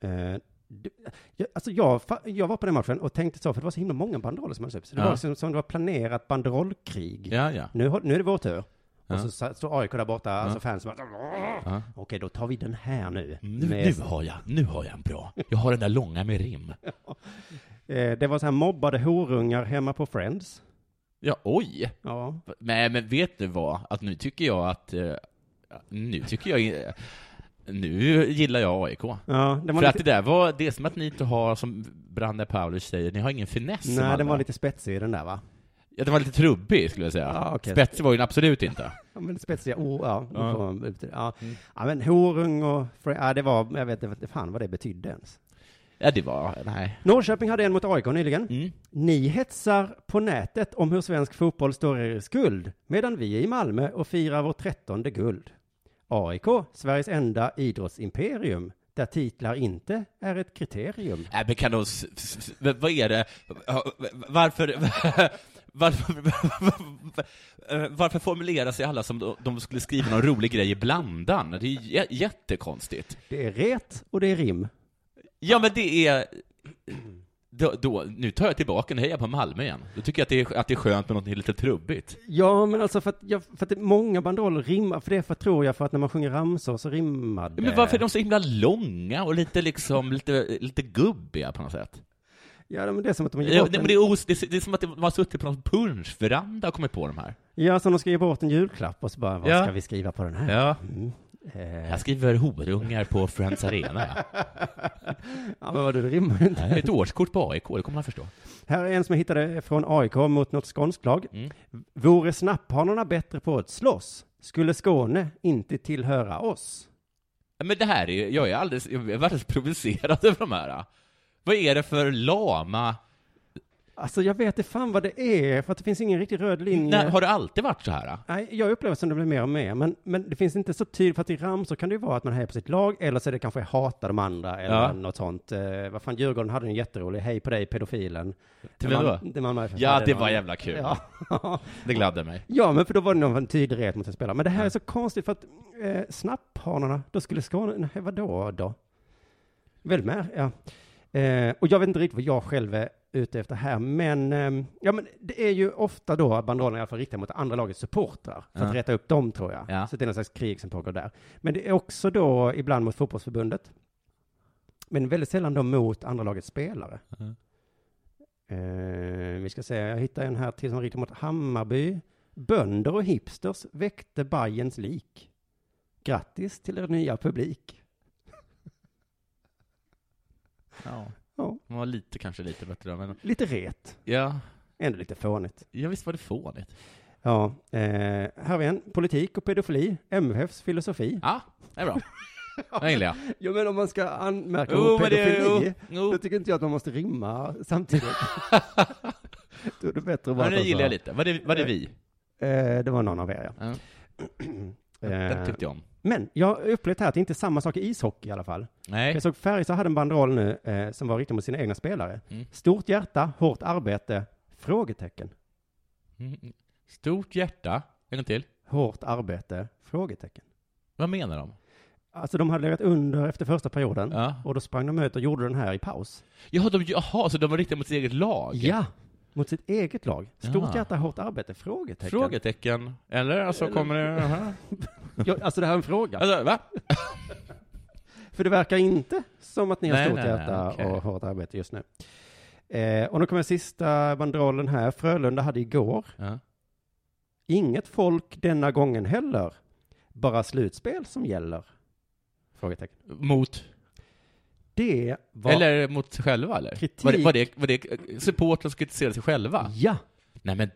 Speaker 7: Mm.
Speaker 8: Eh, det- jag, alltså jag, fa- jag var på den matchen och tänkte så, för det var så himla många banderoller som hade upp. Så det
Speaker 7: Ja.
Speaker 8: var som, som det var planerat banderollkrig.
Speaker 7: Ja, ja.
Speaker 8: Nu, har- nu är det vår tur.
Speaker 7: Ja.
Speaker 8: Och så sa- står AIK där borta, alltså
Speaker 7: Ja.
Speaker 8: fans som bara,
Speaker 7: Ja. Mm,
Speaker 8: Okej, då tar vi den här nu.
Speaker 7: Nu, nu, har jag, nu har jag en bra. Jag har den där långa med rim.
Speaker 8: Eh, det var så här mobbade horungar hemma på Friends.
Speaker 7: Ja, oj!
Speaker 8: Ja.
Speaker 7: Nej, men vet du vad? Att nu tycker jag att... eh, Nu tycker jag... Nu gillar jag AIK.
Speaker 8: Ja,
Speaker 7: För
Speaker 8: det var
Speaker 7: att det
Speaker 8: lite-
Speaker 7: där var... Det är som att ni inte har, som Branne Paulus säger, ni har ingen finess. som
Speaker 8: Nej,
Speaker 7: andra.
Speaker 8: den var lite spetsig den där va?
Speaker 7: Ja, den var lite trubbig, skulle jag säga.
Speaker 8: Ja, okej.
Speaker 7: Spetsig var ju den absolut inte.
Speaker 8: Ja, men spetsiga ord, ja.
Speaker 7: Ja. Mm.
Speaker 8: Ja. Får man, ut- ja. ja, men horung och... fr- Ja, det var... Jag vet inte fan vad det betydde ens.
Speaker 7: Ja, det var... Nej.
Speaker 8: Norrköping hade en mot AIK nyligen. Ni hetsar på nätet om hur svensk fotboll står er i skuld, medan vi är i Malmö och firar vårt trettonde guld. AIK, Sveriges enda idrottsimperium, där titlar inte är ett kriterium.
Speaker 7: Nej, Äh, men kan de... s- s- s- v- Vad är det? Varför... Varför, eh, varför formulerar sig alla som de- de skulle skriva någon rolig grej i blandan? Det är ju jä- jättekonstigt.
Speaker 8: Det är ret och det är rim.
Speaker 7: Ja, men det är... Då, då, nu tar jag tillbaka, nu hejar jag på Malmö igen. Då tycker jag att det är, att det är skönt med något lite trubbigt.
Speaker 8: Ja, men alltså för att, jag, för att det, många banderoller rimmar, för det är för, tror jag, för att när man sjunger ramsor så rimmar det.
Speaker 7: Men varför är de så himla långa och lite liksom, lite, lite gubbiga på något sätt?
Speaker 8: Ja, men det är som att de ger
Speaker 7: Ja,
Speaker 8: bort
Speaker 7: det, men
Speaker 8: en,
Speaker 7: det, är os, det, är- det är som att de har suttit på någon punschveranda och kommit på de här.
Speaker 8: ja, som de ska ge bort en julklapp och så bara, vad
Speaker 7: Ja.
Speaker 8: ska vi skriva på den här?
Speaker 7: Ja.
Speaker 8: Mm. Eh,
Speaker 7: Jag skriver horungar på Friends Arena.
Speaker 8: ja, men vad du, det rimmar ju inte.
Speaker 7: Nej, Ett årskort på AIK, det kommer man förstå.
Speaker 8: Här är en som jag hittade från AIK mot något skånskt lag.
Speaker 7: Mm.
Speaker 8: Vore snapphanarna bättre på att slåss? Skulle Skåne inte tillhöra oss?
Speaker 7: Men det här är jag är alldeles, jag är alldeles provocerad över de här. Vad är det för lama...
Speaker 8: Alltså jag vet inte fan vad det är, för att det finns ingen riktig röd linje.
Speaker 7: Nej, har det alltid varit så här?
Speaker 8: Nej, jag upplever som det blir mer och mer, men, men det finns inte så tydligt, för att i ramsor kan det ju vara att man hejar på sitt lag, eller så är det kanske hatar de andra, eller
Speaker 7: Ja.
Speaker 8: något sånt. Eh, vad fan, Djurgården hade en jätterolig, hej på dig pedofilen.
Speaker 7: Till vem då?
Speaker 8: det man,
Speaker 7: Ja, det
Speaker 8: någon-
Speaker 7: var jävla kul.
Speaker 8: Ja.
Speaker 7: Det gladde mig.
Speaker 8: Ja, men för då var det någon tydlig rätt mot en spelare. Men det här är så konstigt för att eh, snapphanarna, då skulle Skåne, nej vadå då? Väl med, ja. Eh, och jag vet inte riktigt vad jag själv är ute efter här, men, ehm, ja, men det är ju ofta då banderollerna i alla fall riktade mot andra lagets supportrar, för
Speaker 7: Ja.
Speaker 8: att rätta upp dem tror jag. Så det är någon slags krig som pågår där. Men det är också då ibland mot fotbollsförbundet, men väldigt sällan då mot andra lagets spelare. Eh, vi ska se, jag hittade en här till som riktar mot Hammarby. Bönder och hipsters väckte Bajens lik. Grattis till er nya publik.
Speaker 7: Ja.
Speaker 8: Ja.
Speaker 7: Man var lite, kanske lite bättre då, men...
Speaker 8: Lite ret.
Speaker 7: Ja.
Speaker 8: Ändå lite fånigt.
Speaker 7: Ja, visst var det fånigt?
Speaker 8: Ja, eh, här har vi en. Politik och pedofili, MFFs filosofi.
Speaker 7: Ja, det är bra. Det gillar jag.
Speaker 8: Jo, men om man ska anmärka
Speaker 7: Jo,
Speaker 8: på
Speaker 7: men det-
Speaker 8: pedofili,
Speaker 7: jo, jo.
Speaker 8: då tycker inte jag att man måste rimma samtidigt. då är det bättre att
Speaker 7: Men
Speaker 8: bara
Speaker 7: det
Speaker 8: ta så
Speaker 7: gillar
Speaker 8: här.
Speaker 7: jag lite. Var alltså- det, var det vi?
Speaker 8: Eh, det var någon av er, ja. Eh,
Speaker 7: Den tyckte jag om.
Speaker 8: Men jag har upplevt här att det inte är samma sak i ishockey i alla fall.
Speaker 7: Nej.
Speaker 8: Jag såg Färjestad hade en banderoll nu eh, som var riktad mot sina egna spelare.
Speaker 7: Mm.
Speaker 8: Stort hjärta, hårt arbete, frågetecken.
Speaker 7: Mm. Stort hjärta. En gång till.
Speaker 8: Hårt arbete, frågetecken.
Speaker 7: Vad menar de?
Speaker 8: Alltså de hade legat under efter första perioden
Speaker 7: Ja.
Speaker 8: och då sprang de ut och gjorde den här i paus.
Speaker 7: Jaha, de, jaha så de var riktade mot sitt eget lag?
Speaker 8: Ja, mot sitt eget lag. Stort
Speaker 7: Ja.
Speaker 8: hjärta, hårt arbete, frågetecken.
Speaker 7: Frågetecken? Eller? Alltså, kommer det... Aha.
Speaker 8: Ja, alltså det här är en fråga.
Speaker 7: Alltså, va?
Speaker 8: För det verkar inte som att ni har
Speaker 7: Nej,
Speaker 8: stort
Speaker 7: nej, nej,
Speaker 8: hjärta
Speaker 7: okej.
Speaker 8: och hårt arbete just nu. Eh, och nu kommer sista banderollen här. Frölunda hade igår. Inget folk denna gången heller. Bara slutspel som gäller. Frågetecken.
Speaker 7: Mot?
Speaker 8: Det var...
Speaker 7: Eller mot sig själva eller?
Speaker 8: Kritik.
Speaker 7: Var det, var det, var det supportrar som kritiserade sig själva?
Speaker 8: Ja.
Speaker 7: Nej men,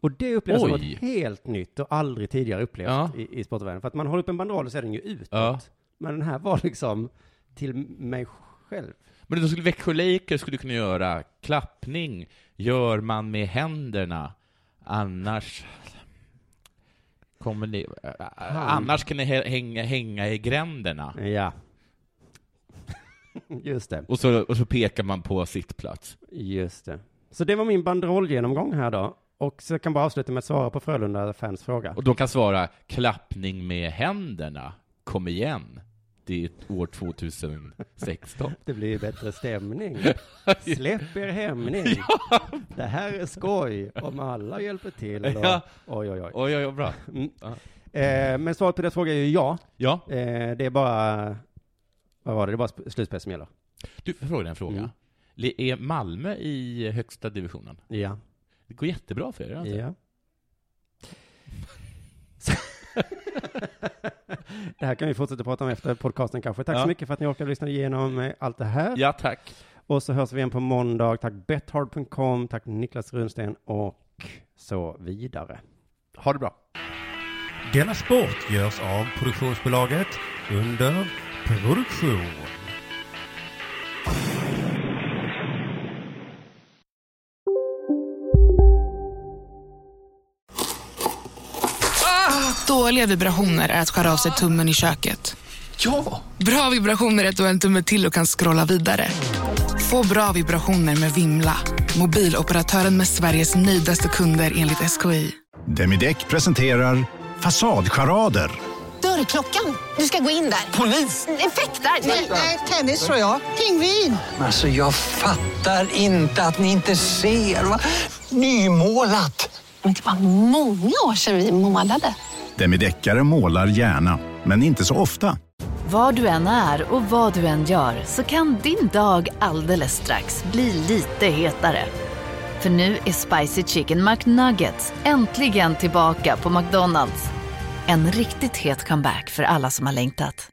Speaker 8: Och det upplevs som
Speaker 7: Oj.
Speaker 8: något helt nytt och aldrig tidigare upplevt
Speaker 7: Ja.
Speaker 8: i, i sportvärlden. För att man håller upp en banderoll och så är den ju utåt.
Speaker 7: Ja.
Speaker 8: Men den här var liksom till mig själv.
Speaker 7: men då skulle Växjö Lakers skulle kunna göra klappning, gör man med händerna, annars kommer ni, äh, äh, annars kan ni hä- hänga, hänga i gränderna.
Speaker 8: Ja. Just det.
Speaker 7: Och så, och så pekar man på sittplats.
Speaker 8: Just det. Så det var min banderollgenomgång här då. Och så kan jag bara avsluta med att svara på Frölunda fans fråga.
Speaker 7: Och de kan svara klappning med händerna, kom igen. Det är år 2016.
Speaker 8: Det blir bättre stämning. Släpp er hämning. Det här är skoj om alla hjälper till. Och,
Speaker 7: Ja.
Speaker 8: Oj, oj, oj.
Speaker 7: Oj, oj, oj, bra.
Speaker 8: Mm.
Speaker 7: Ja.
Speaker 8: Eh, men svaret på deras fråga är ju ja.
Speaker 7: Ja.
Speaker 8: Eh, det är bara, vad var det, det är bara sp- slutspel som gäller.
Speaker 7: Du, får jag fråga dig en fråga?
Speaker 8: Mm.
Speaker 7: Le- Är Malmö i högsta divisionen?
Speaker 8: Ja.
Speaker 7: Det går jättebra för er, alltså. eller inte?
Speaker 8: Ja. Det här kan vi fortsätta prata om efter podcasten kanske. Tack
Speaker 7: Ja.
Speaker 8: så mycket för att ni orkade lyssna igenom eh, allt det här.
Speaker 7: Ja, tack.
Speaker 8: Och så hörs vi igen på måndag. Tack bethard.com, tack Niklas Runsten och så vidare. Ha det bra.
Speaker 16: Denna sport görs av produktionsbolaget under produktion.
Speaker 5: Dåliga vibrationer är att skära av sig tummen i köket.
Speaker 17: Ja!
Speaker 5: Bra vibrationer är att du har en tumme till och kan scrolla vidare. Få bra vibrationer med Vimla. Mobiloperatören med Sveriges nöjdaste kunder enligt SKI.
Speaker 4: Demideck presenterar Fasadcharader.
Speaker 18: Dörrklockan. Du ska gå in där. Polis? Effektar? Nej, nej, tennis tror jag. Pingvin.
Speaker 2: Alltså jag fattar inte att ni inte ser. Va? Nymålat!
Speaker 19: Men det var många år sedan vi målade.
Speaker 4: Demideckare målar gärna, men inte så ofta.
Speaker 14: Var du än är och vad du än gör så kan din dag alldeles strax bli lite hetare. För nu är Spicy Chicken McNuggets äntligen tillbaka på McDonalds. En riktigt het comeback för alla som har längtat.